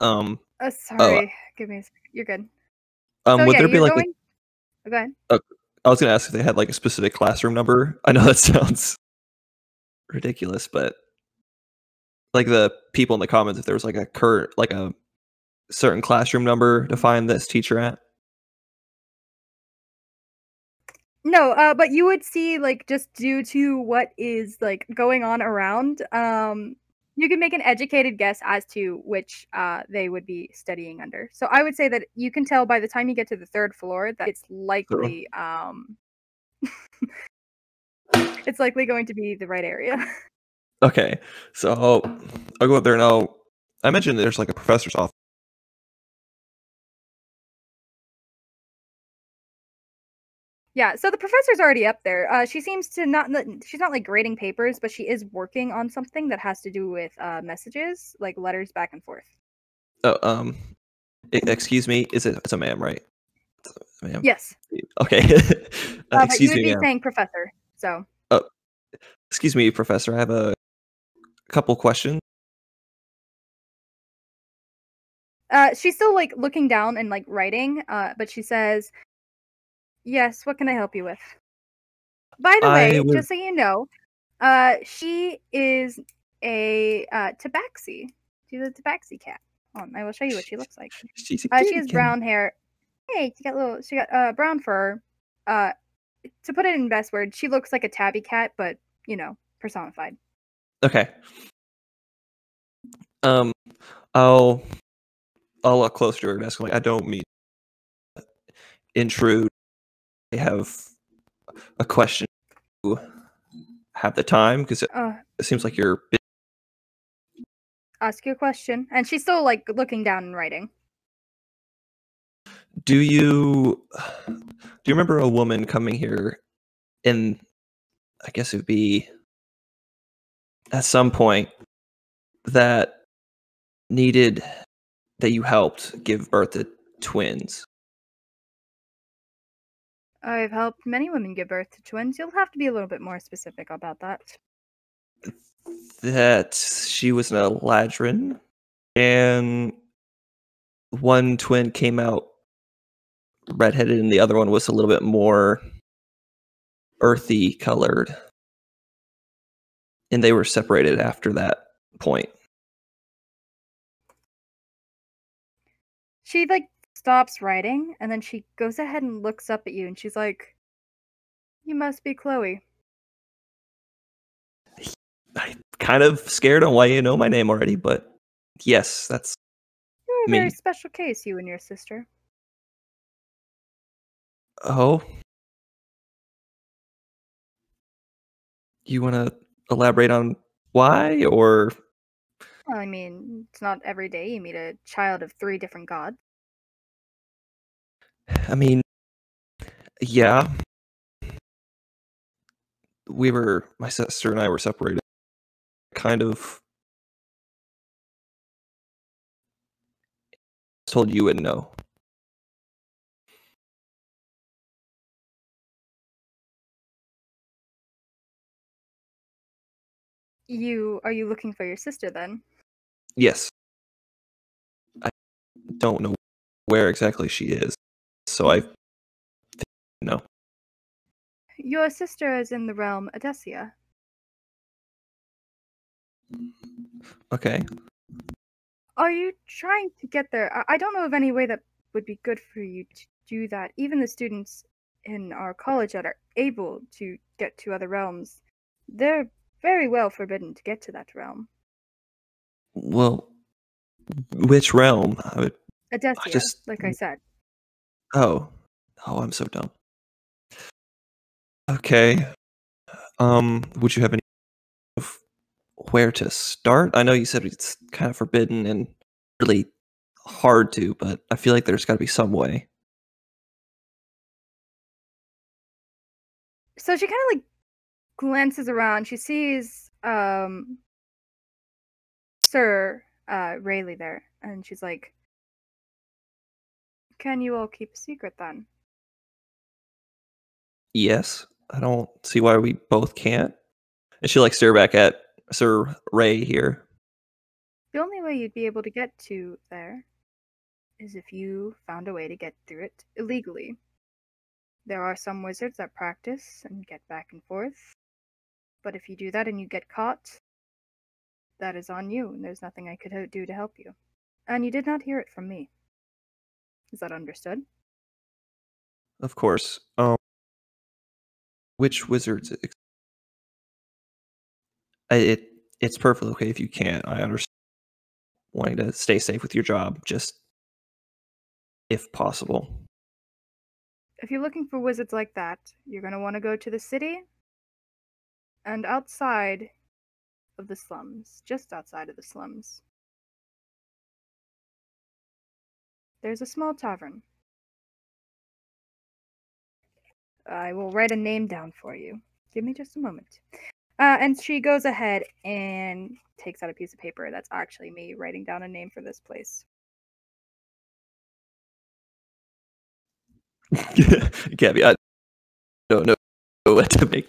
S6: Um.
S5: Oh, sorry. Give me. A second. You're good.
S6: Um.
S5: so
S6: would
S5: yeah,
S6: there be
S5: you're
S6: like? a-
S5: going. Oh, go ahead.
S6: I was gonna ask if they had like a specific classroom number. I know that sounds ridiculous, but like the people in the comments, if there was like a cur like a certain classroom number to find this teacher at.
S5: No, uh, but you would see like just due to what is like going on around, um, you can make an educated guess as to which uh, they would be studying under. So I would say that you can tell by the time you get to the third floor that it's likely um, it's likely going to be the right area.
S6: Okay, so I'll, I'll go up there and I'll. I mentioned there's like a professor's office.
S5: Yeah, so the professor's already up there. Uh, she seems to not, n- she's not like grading papers, but she is working on something that has to do with uh, messages, like letters back and forth.
S6: Oh, um, e- excuse me. Is it? It's a ma'am, right? It's a Ma'am.
S5: Yes.
S6: Okay.
S5: Uh, but
S6: uh,
S5: you
S6: excuse
S5: would
S6: me,
S5: be
S6: ma'am.
S5: saying professor. So
S6: Excuse me, professor. I have a couple questions.
S5: uh, she's still like looking down and like writing, uh, but she says, "Yes, what can I help you with?" By the
S6: I
S5: way,
S6: would-
S5: just so you know, uh, she is a uh, tabaxi. She's a tabaxi cat. Hold on, I will show you what she looks like.
S6: She's a
S5: Uh, she has
S6: kitty cat.
S5: brown hair. Hey, she got little. She got uh, brown fur. Uh, to put it in best words, she looks like a tabby cat, but you know, personified.
S6: Okay. Um, I'll I'll look closer to her and ask. Like, I don't mean to intrude. I have a question. Do you Have the time because it,
S5: Uh,
S6: it seems like you're. bu-
S5: ask your question, and she's still like looking down and writing.
S6: Do you do you remember a woman coming here? In I guess it would be at some point that needed that you helped give birth to twins.
S5: I've helped many women give birth to twins. You'll have to be a little bit more specific about that.
S6: that she was an Eladrin, and one twin came out redheaded, and the other one was a little bit more earthy colored, and they were separated after that point.
S5: She like stops writing and then she goes ahead and looks up at you and she's like, "You must be Chloe."
S6: I kind of scared on why you know my name already, but yes, that's
S5: You're a
S6: Me.
S5: very special case, you and your sister.
S6: oh. You want to elaborate on why or
S5: Well, I mean, it's not every day you meet a child of three different gods.
S6: I mean, yeah. We were, my sister and I were separated. Kind of. Told you would know.
S5: You are you looking for your sister then?
S6: Yes. I don't know where exactly she is. So I. No.
S5: Your sister is in the realm Odessia.
S6: Okay.
S5: Are you trying to get there? I, I don't know of any way that would be good for you to do that. Even the students in our college that are able to get to other realms, they're very well forbidden to get to that realm.
S6: Well, which realm? I would.
S5: Odessia,
S6: just- Mm.
S5: like I said.
S6: Oh. Oh, I'm so dumb. Okay. Um, would you have any of where to start? I know you said it's kind of forbidden and really hard to, but I feel like there's got to be some way.
S5: So she kind of like glances around. She sees um Sir uh Rayleigh there, and she's like, "Can you all keep a secret then?"
S6: Yes, I don't see why we both can't. And she like stare back at Sir Ray here.
S5: The only way you'd be able to get to there is if you found a way to get through it illegally. There are some wizards that practice and get back and forth, but if you do that and you get caught, that is on you, and there's nothing I could ho- do to help you. And you did not hear it from me. Is that understood?
S6: Of course. Um, which wizards? ex- I- It it's perfectly okay if you can't. I understand wanting to stay safe with your job, just if possible.
S5: If you're looking for wizards like that, you're going to want to go to the city and outside of the slums, just outside of the slums. There's a small tavern. I will write a name down for you. Give me just a moment. Uh, and she goes ahead and takes out a piece of paper. That's actually me writing down a name for this place.
S10: it can't be. I don't know what to make.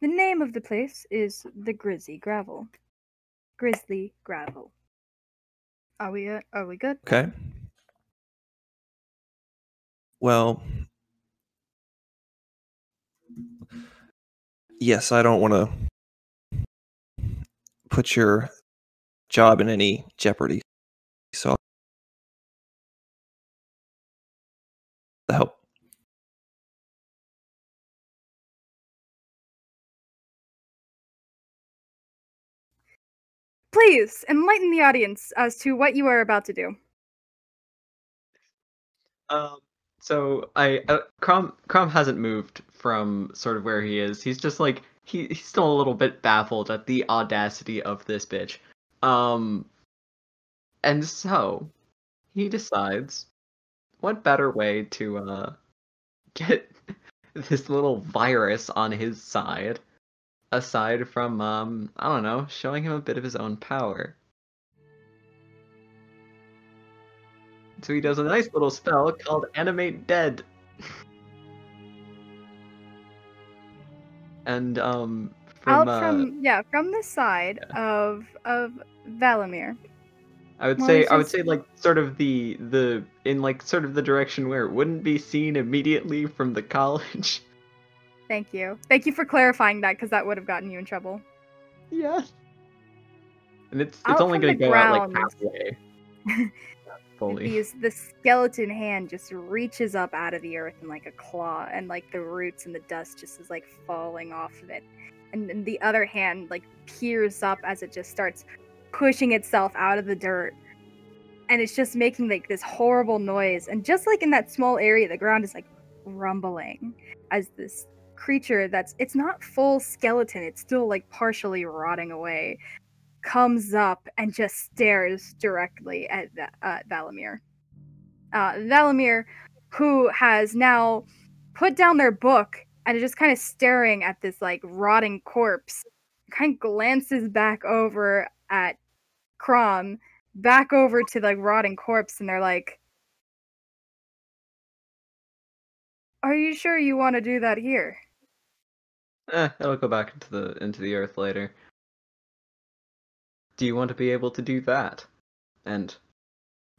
S5: The name of the place is the Grizzly Gravel. Grizzly Gravel. Are we uh, are we good?
S10: Okay. Well, yes, I don't want to put your job in any jeopardy. So the help.
S5: Please enlighten the audience as to what you are about to do.
S1: Um, so I uh, Crom Crom hasn't moved from sort of where he is. He's just like he, he's still a little bit baffled at the audacity of this bitch. Um, and so he decides what better way to uh get this little virus on his side aside from um I don't know, showing him a bit of his own power. So he does a nice little spell called Animate Dead. and um
S5: Out
S1: from, uh,
S5: from yeah, from the side of of Valamir.
S1: I would
S5: Well,
S1: say
S5: it's
S1: I would
S5: just-
S1: say like sort of the the in like sort of the direction where it wouldn't be seen immediately from the college.
S5: Thank you. Thank you for clarifying that because that would have gotten you in trouble.
S1: yeah. And it's it's
S5: Out
S1: only
S5: from
S1: going to
S5: the
S1: go out
S5: ground.
S1: like halfway. Not fully.
S5: Because the skeleton hand just reaches up out of the earth and like a claw, and like the roots and the dust just is like falling off of it. And then the other hand like peers up as it just starts pushing itself out of the dirt. And it's just making like this horrible noise. And just like in that small area, the ground is like rumbling as this creature that's it's not full skeleton, it's still like partially rotting away comes up and just stares directly at Va- uh, Valamir. Uh, Valamir, who has now put down their book and is just kind of staring at this like rotting corpse, kind of glances back over at Crom, back over to the rotting corpse, and they're like, "Are you sure you want to do that here?"
S1: Eh, it'll go back into the into the earth later. Do you want to be able to do that? And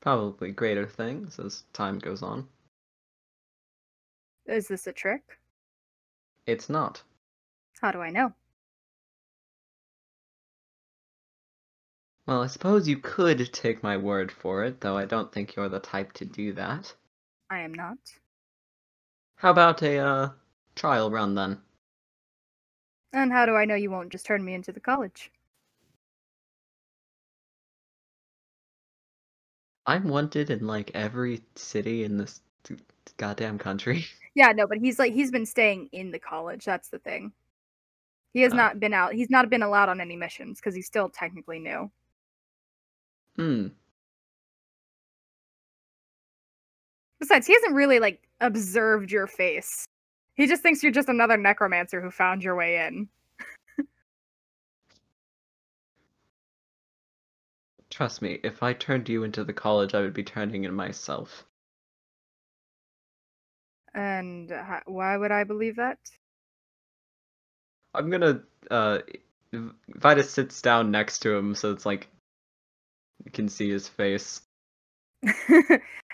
S1: probably greater things as time goes on.
S5: Is this a trick?
S1: It's not.
S5: How do I know?
S1: Well, I suppose you could take my word for it, though I don't think you're the type to do that.
S5: I am not.
S1: How about a uh, trial run then?
S5: And how do I know you won't just turn me into the college?
S1: I'm wanted in like every city in this d- goddamn country.
S5: Yeah, no, but he's like he's been staying in the college. That's the thing. He has
S1: Oh.
S5: not been out. He's not been allowed on any missions because he's still technically new.
S1: Hmm.
S5: Besides, he hasn't really like observed your face. He just thinks you're just another necromancer who found your way in.
S1: Trust me, if I turned you into the college, I would be turning in myself.
S5: And uh, why would I believe that?
S1: I'm gonna. Uh, V- Vitus sits down next to him, so it's like you can see his face.
S5: and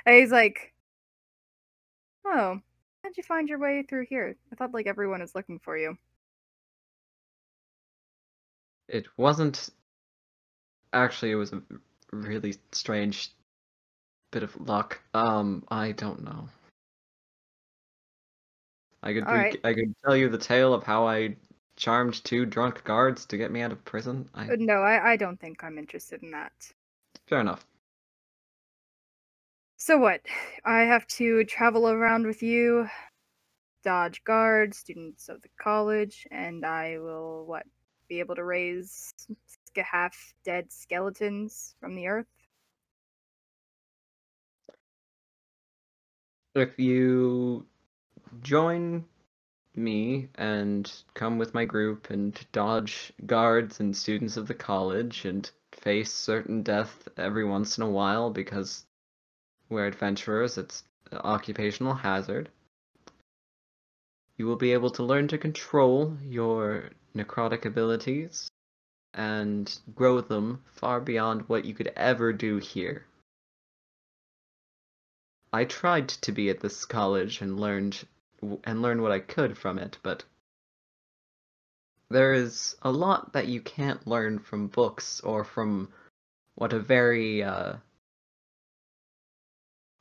S5: he's like, "Oh, how'd you find your way through here? I thought like everyone is looking for you."
S1: It wasn't. Actually, it was a really strange bit of luck. Um, I don't know. I could
S5: All
S1: re-
S5: right.
S1: I could tell you the tale of how I charmed two drunk guards to get me out of prison. I,
S5: But no, I, I don't think I'm interested in that.
S1: fair enough.
S5: So what? I have to travel around with you, dodge guards, students of the college, and I will what? Be able to raise ske- half dead skeletons from the earth.
S1: If you join me and come with my group and dodge guards and students of the college and face certain death every once in a while because We're adventurers, it's an occupational hazard. You will be able to learn to control your necrotic abilities and grow them far beyond what you could ever do here. I tried to be at this college and learned and learn what I could from it, but there is a lot that you can't learn from books or from what a very uh,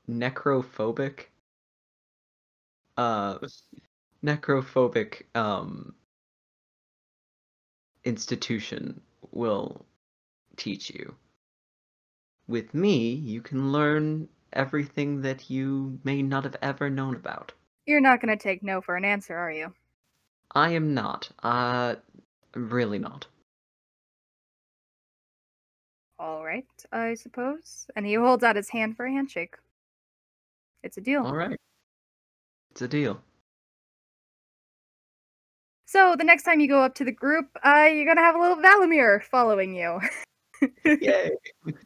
S1: necrophobic uh, necrophobic um, institution will teach you. With me, you can learn everything that you may not have ever known about.
S5: You're not going to take no for an answer, are you?
S1: I am not. Uh, really not.
S5: All right, I suppose. And he holds out his hand for a handshake. It's a deal.
S1: All right. It's a deal.
S5: So the next time you go up to the group, uh, you're gonna have a little Valimir following you.
S1: Yay!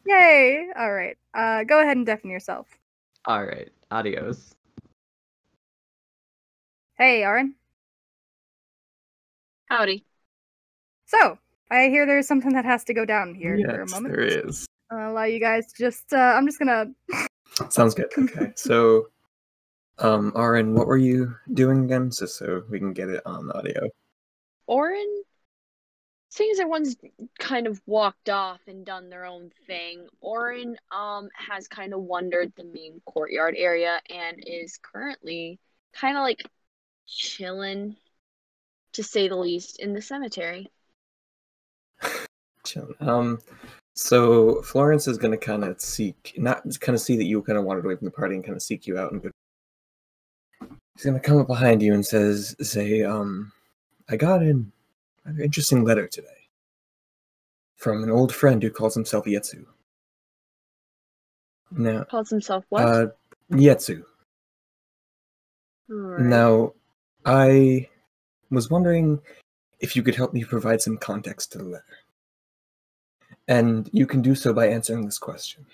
S5: Yay! All right. Uh, go ahead and deafen yourself.
S1: All right. Adios.
S5: Hey, Aaron.
S4: Howdy.
S5: So I hear there's something that has to go down here for a
S8: Yes,
S5: moment.
S8: there is.
S5: I'll allow you guys to just. Uh, I'm just gonna.
S8: Sounds good. Okay, so, um, Aaron, what were you doing again? Just so we can get it on audio.
S4: Orin, seeing as everyone's kind of walked off and done their own thing, Orin um has kind of wandered the main courtyard area and is currently kind of like chilling, to say the least, in the cemetery.
S8: Chilling. Um, so Florence is gonna kind of seek, not kind of see that you kind of wandered away from the party and kind of seek you out and go. He's gonna come up behind you and says, "Say, um, I got an rather interesting letter today from an old friend who calls himself Yetsu. Now,
S4: Calls himself what?
S8: uh, Yetsu.
S4: Right.
S8: Now, I was wondering if you could help me provide some context to the letter. And you can do so by answering this question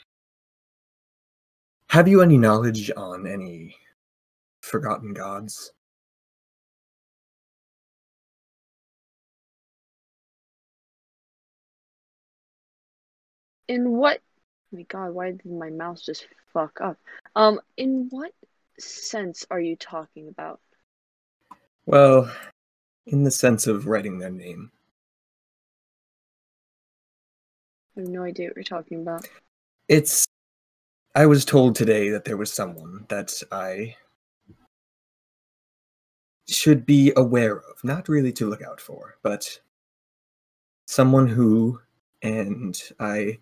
S8: Have you any knowledge on any forgotten gods?
S4: In what? Oh my God, why did my mouse just fuck up? Um, in what sense are you talking about?
S8: Well, in the sense of writing their name.
S4: I have no idea what you're talking about.
S8: It's. I was told today that there was someone that I should be aware of, not really to look out for, but someone who, and I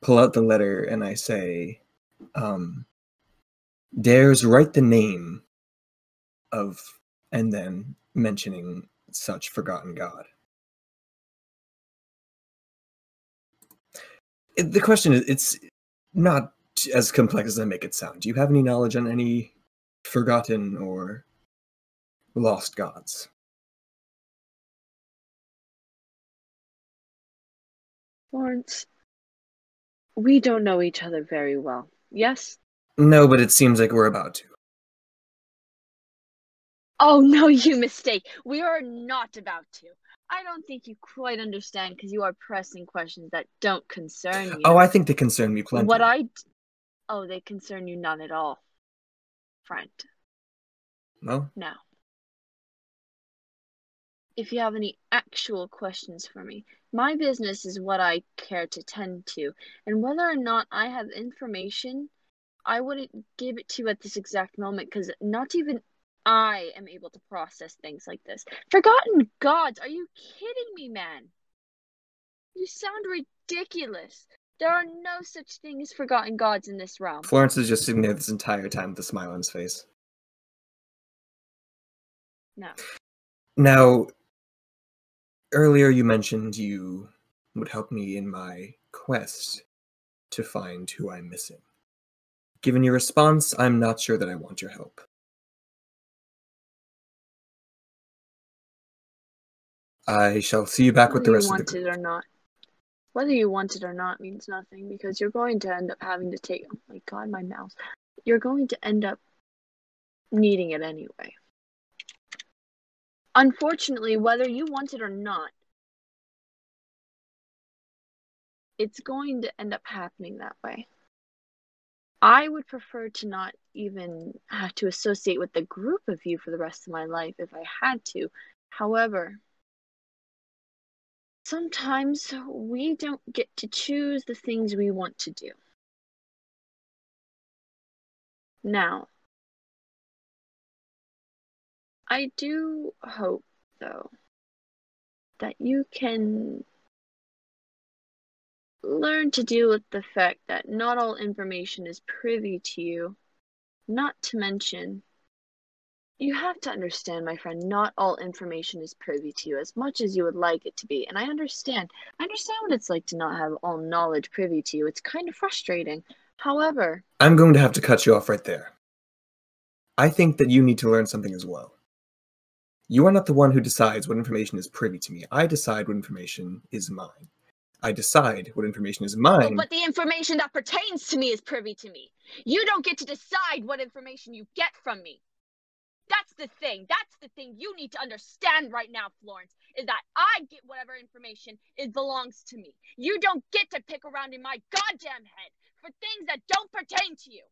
S8: pull out the letter and I say, um, dares write the name of, and then mentioning such forgotten god. It- the question is, it's not as complex as I make it sound. Do you have any knowledge on any forgotten or lost gods?
S4: Florence, we don't know each other very well. Yes?
S8: No, but it seems like we're about to.
S4: Oh no, you mistake. We are not about to. I don't think you quite understand because you are pressing questions that don't concern you.
S8: Oh, I think they concern me plenty.
S4: What I. d- Oh, they concern you none at all. Friend,
S8: Well,
S4: no. If you have any actual questions for me, my business is what I care to tend to, and whether or not I have information, I wouldn't give it to you at this exact moment because not even I am able to process things like this. Forgotten gods, are you kidding me, man? You sound ridiculous. There are no such thing as forgotten gods in this realm.
S8: Florence is just sitting there this entire time with a smile on his face.
S4: No.
S8: Now, earlier you mentioned you would help me in my quest to find who I'm missing. Given your response, I'm not sure that I want your help. I shall see you back with the
S4: Whether you
S8: rest of the
S4: want
S8: group.
S4: it or not. Whether you want it or not means nothing because you're going to end up having to take. Oh my god, my mouse. You're going to end up needing it anyway. Unfortunately, whether you want it or not, it's going to end up happening that way. I would prefer to not even have to associate with the group of you for the rest of my life if I had to. However, sometimes we don't get to choose the things we want to do. Now, I do hope, though, that you can learn to deal with the fact that not all information is privy to you. Not to mention, you have to understand, my friend, not all information is privy to you as much as you would like it to be. And I understand. I understand what it's like to not have all knowledge privy to you. It's kind of frustrating. However,
S8: I'm going to have to cut you off right there. I think that you need to learn something as well. You are not the one who decides what information is privy to me. I decide what information is mine. I decide what information is mine.
S4: but the information that pertains to me is privy to me. You don't get to decide what information you get from me. That's the thing. That's the thing you need to understand right now, Florence, is that I get whatever information it belongs to me. You don't get to pick around in my goddamn head for things that don't pertain to you.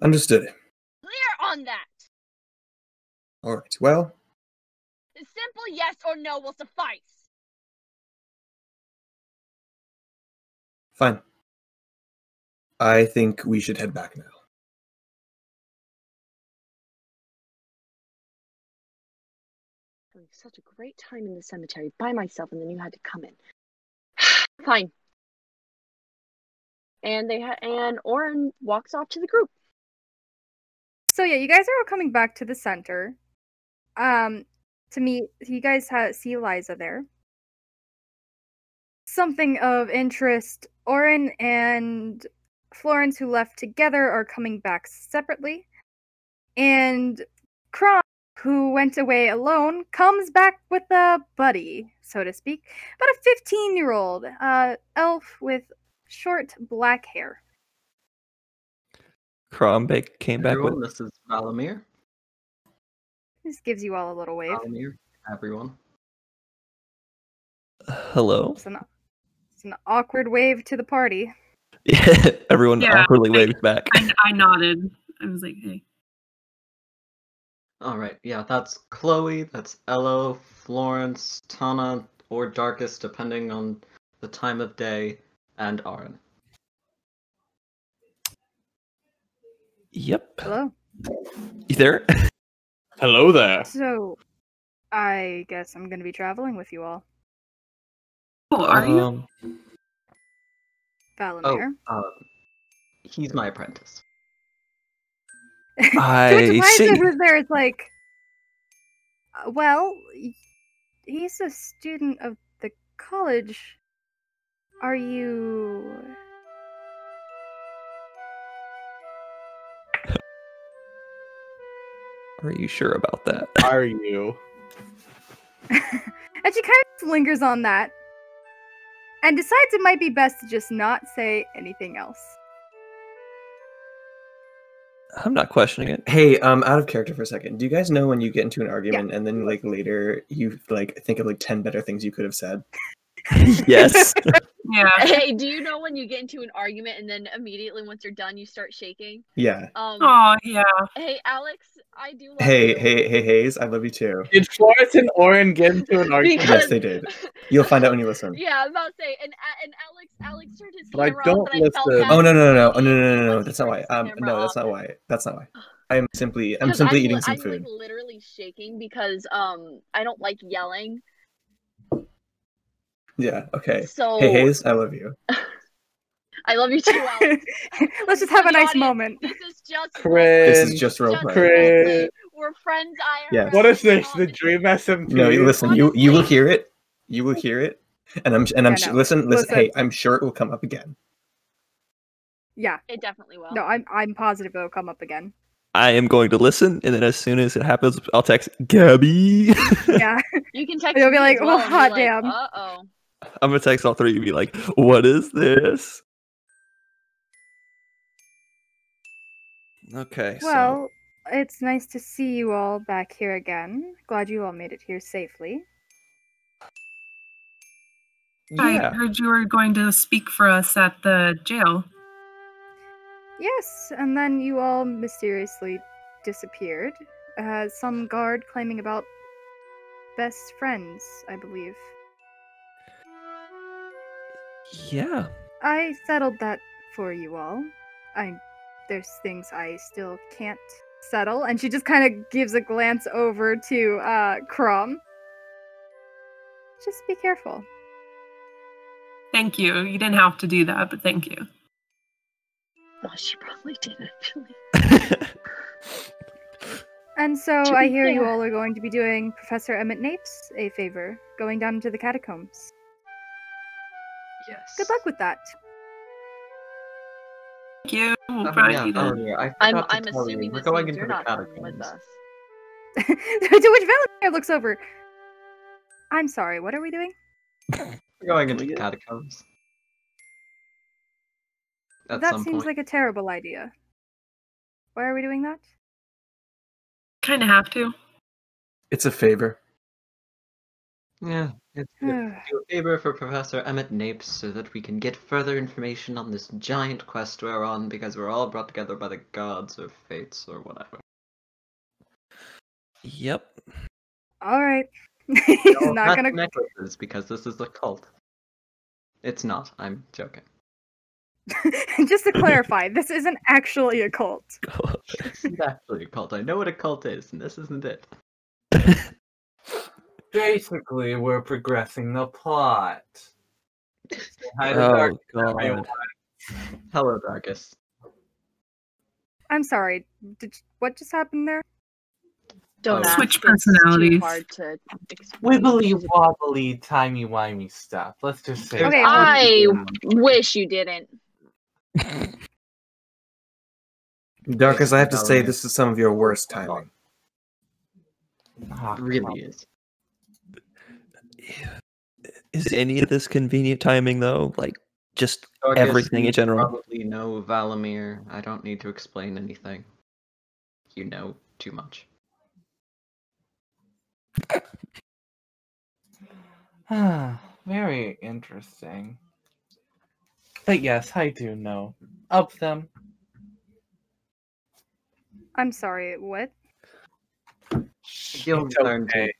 S8: Understood.
S4: Clear on that.
S8: All right. Well,
S4: A simple yes or no will suffice.
S8: fine. I think we should head back now.
S4: having such a great time in the cemetery by myself, and then you had to come in. Fine. And they ha- and Oren walks off to the group.
S5: So yeah, you guys are all coming back to the center. Um, to meet you guys ha- see Eliza there. Something of interest. Oren and Florence, who left together, are coming back separately, and Krom, who went away alone, comes back with a buddy, so to speak, about a fifteen-year-old uh, elf with short black hair.
S6: Crombeck came back
S10: Everyone,
S6: with
S10: this is Valamir.
S5: This gives you all a little wave.
S10: Valamir, everyone.
S6: hello.
S5: It's an, it's an awkward wave to the party.
S6: Yeah, everyone
S2: Yeah,
S6: awkwardly
S2: I-
S6: waves back.
S2: I, I nodded. I was like, hey.
S10: All right, yeah, that's Chloe, that's Ello, Florence, Tana, or Darkest, depending on the time of day, and Aaron.
S6: Yep.
S5: Hello.
S6: You there?
S9: Hello there.
S5: So, I guess I'm going to be traveling with you all,
S2: Oh, are you?
S6: Um,
S5: Valamir.
S10: Um, he's my apprentice.
S5: to which
S6: Oh, I
S5: Eliza,
S6: see.
S5: who's there, is like, "Uh, well, y- he's a student of the college. Are you?
S6: Are you sure about that?
S3: Are you?
S5: And she kind of lingers on that, and decides it might be best to just not say anything else.
S6: I'm not questioning it.
S8: Hey, um, out of character for a second. Do you guys know when you get into an argument and then like later you like think of like ten better things you could have said?
S6: Yes.
S2: Yeah.
S4: Hey, do you know when you get into an argument and then immediately once you're done you start shaking?
S8: Yeah.
S4: Um,
S2: Oh, yeah.
S4: hey Alex, I do love
S8: Hey,
S4: you.
S8: hey, hey, Hayes, I love you too.
S3: Did Florence and Oren get into an argument?
S4: Because-
S8: Yes, they did. You'll find out when you listen.
S4: Yeah, I'm about to say, and A- and Alex, Alex turned his
S3: But I
S4: camera
S3: don't
S4: off, and I felt
S3: listen.
S4: bad.
S8: Oh no, no, no, no,
S4: for
S8: oh, no, no,
S4: him
S8: no, no,
S4: when he
S8: That's not
S4: turned
S8: why.
S4: his
S8: Um,
S4: camera
S8: no, that's
S4: off.
S8: not why. That's not why. I'm simply, I'm
S4: Because
S8: simply
S4: I'm,
S8: eating
S4: li-
S8: some
S4: I'm like
S8: food.
S4: literally shaking because um I don't like yelling.
S8: Yeah. Okay.
S4: So
S8: Hey, Hayes, I love you.
S4: I love you too, Alex.
S5: Let's just have
S4: The
S5: a nice
S4: audience-
S5: moment.
S4: This is just
S3: Cringe.
S8: This is just role
S4: just
S8: play.
S3: Cringe.
S4: roleplay. We're friends. I
S8: Yes.
S3: What is this? The dream SMP?
S8: No, you listen. You you will hear it. You will hear it. And I'm and I'm
S5: Yeah,
S8: su-
S5: no.
S8: listen, listen.
S5: Listen.
S8: Hey, I'm sure it will come up again.
S5: Yeah.
S4: It definitely will.
S5: No, I'm I'm positive it'll come up again.
S6: I am going to listen, and then as soon as it happens, I'll text Gabby.
S5: Yeah.
S4: You can text.
S5: They'll
S4: me
S5: be like,
S4: as well
S5: "Oh,
S4: and
S5: hot
S4: like,
S5: damn."
S4: Uh oh.
S6: I'm gonna text all three of you like, "What is this?" Okay.
S5: Well, it's nice to see you all back here again. Glad you all made it here safely.
S6: so,
S2: I
S6: yeah.
S2: heard you were going to speak for us at the jail.
S5: Yes, and then you all mysteriously disappeared. Uh, some guard claiming about best friends, I believe.
S6: yeah.
S5: I settled that for you all. I there's things I still can't settle, and she just kind of gives a glance over to uh Crom. Just be careful.
S2: Thank you. You didn't have to do that, but thank you.
S4: Well, she probably didn't. Really.
S5: And so
S4: To be
S5: I hear you
S4: fair.
S5: all are going to be doing Professor Emmett Napes a favor, going down into the catacombs.
S10: Yes.
S5: Good luck with that.
S2: Thank you. We'll
S10: Oh,
S2: probably
S10: yeah,
S2: do that.
S10: earlier, I
S4: I'm
S10: forgot to
S4: I'm
S10: tell you,
S4: assuming
S10: we're
S4: this
S10: going
S4: means
S10: into
S4: you're
S10: the
S4: not coming with uh,
S10: catacombs.
S4: us.
S5: to which Valentine looks over. I'm sorry, what are we doing?
S10: We're going
S6: Can
S10: into
S6: we
S10: the
S6: get-
S10: catacombs. At
S5: that
S10: some
S5: seems like
S10: point.
S5: a terrible idea. Why are we doing that?
S2: Kind of have to.
S8: It's a favor.
S10: Yeah. It's good. do a favor for Professor Emmett Napes so that we can get further information on this giant quest we're on because we're all brought together by the gods or fates or whatever.
S6: Yep.
S5: all right. He's
S10: Y'all
S5: not
S10: have
S5: gonna.
S10: necklaces because this is a cult. It's not. I'm joking.
S5: Just to clarify, this isn't actually a cult.
S6: Oh,
S10: It's not actually a cult. I know what a cult is, and this isn't it.
S7: Basically, we're progressing the plot. Say hi to
S6: Oh
S7: Dark-
S6: god.
S10: Hello, Darkus.
S5: I'm sorry. Did what just happened there?
S4: Don't
S10: Oh.
S4: ask,
S2: Switch
S4: it's too
S2: personalities.
S4: hard to explain.
S7: Wibbly wobbly, timey wimey stuff. Let's just say.
S5: Okay,
S4: I wish you didn't.
S8: Darkus, I have to
S10: Valid.
S8: say this is some of your worst timing.
S7: Ah,
S10: It really is.
S6: Is any of this convenient timing though? Like just
S10: Darkus,
S6: Everything
S10: you
S6: in general.
S10: Probably know Valamir. I don't need to explain anything. You know too much.
S7: Ah, very interesting. But yes, I do know of them.
S5: I'm sorry. What?
S10: You'll
S7: It's
S10: learn to.
S7: okay.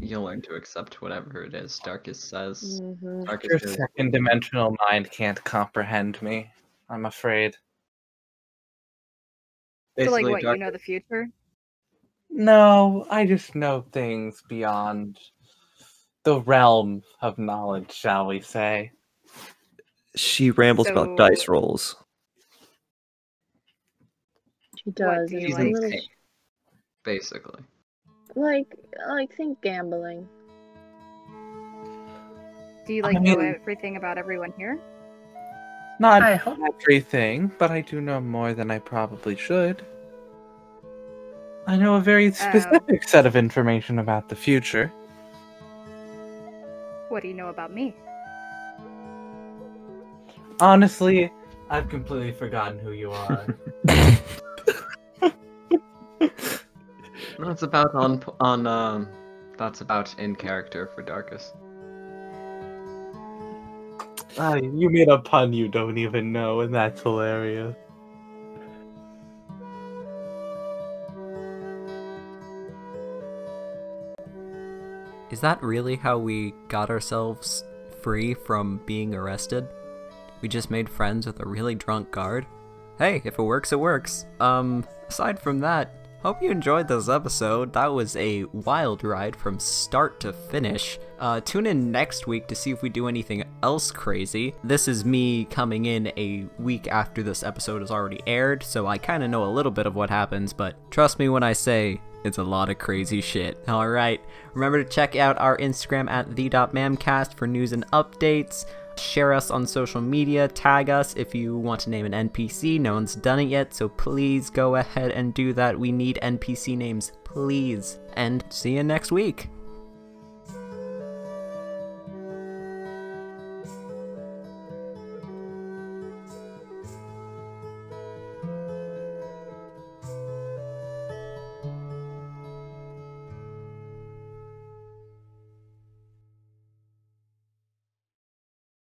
S10: You'll learn to accept whatever it is Darkus says.
S5: Mm,
S4: Mhm.
S10: Darkus
S7: Your
S10: is-
S7: second dimensional mind can't comprehend me. I'm afraid.
S5: So like
S10: basically
S5: what? You know
S10: Darkus-
S5: the future.
S7: No, I just know things beyond the realm of knowledge, shall we say.
S6: she rambles about
S5: So-
S6: dice rolls.
S4: She does.
S5: do you
S4: it's
S10: He's
S4: a
S5: like?
S4: little-
S10: insane. Basically.
S4: Like, like think gambling.
S5: Do you
S7: I
S5: like know
S7: mean-
S5: everything about everyone here?
S7: Not
S2: I hope.
S7: everything, but I do know more than I probably should. I know a very specific set of information about the future.
S5: What do you know about me?
S7: Honestly, I've completely forgotten who you are.
S10: That's about on on um. That's about in character for Darkus.
S7: Ah, you made a pun you don't even know, and that's hilarious.
S1: Is that really how we got ourselves free from being arrested? We just made friends with a really drunk guard? Hey, if it works, it works. Um, aside from that, hope you enjoyed this episode. That was a wild ride from start to finish. Uh, tune in next week to see if we do anything else crazy. This is me coming in a week after this episode has already aired, so I kind of know a little bit of what happens, but trust me when I say it's a lot of crazy shit. Alright, remember to check out our Instagram at the.mamcast for news and updates. Share us on social media, tag us if you want to name an NPC. No one's done it yet, so please go ahead and do that. We need NPC names, please. And see you next week.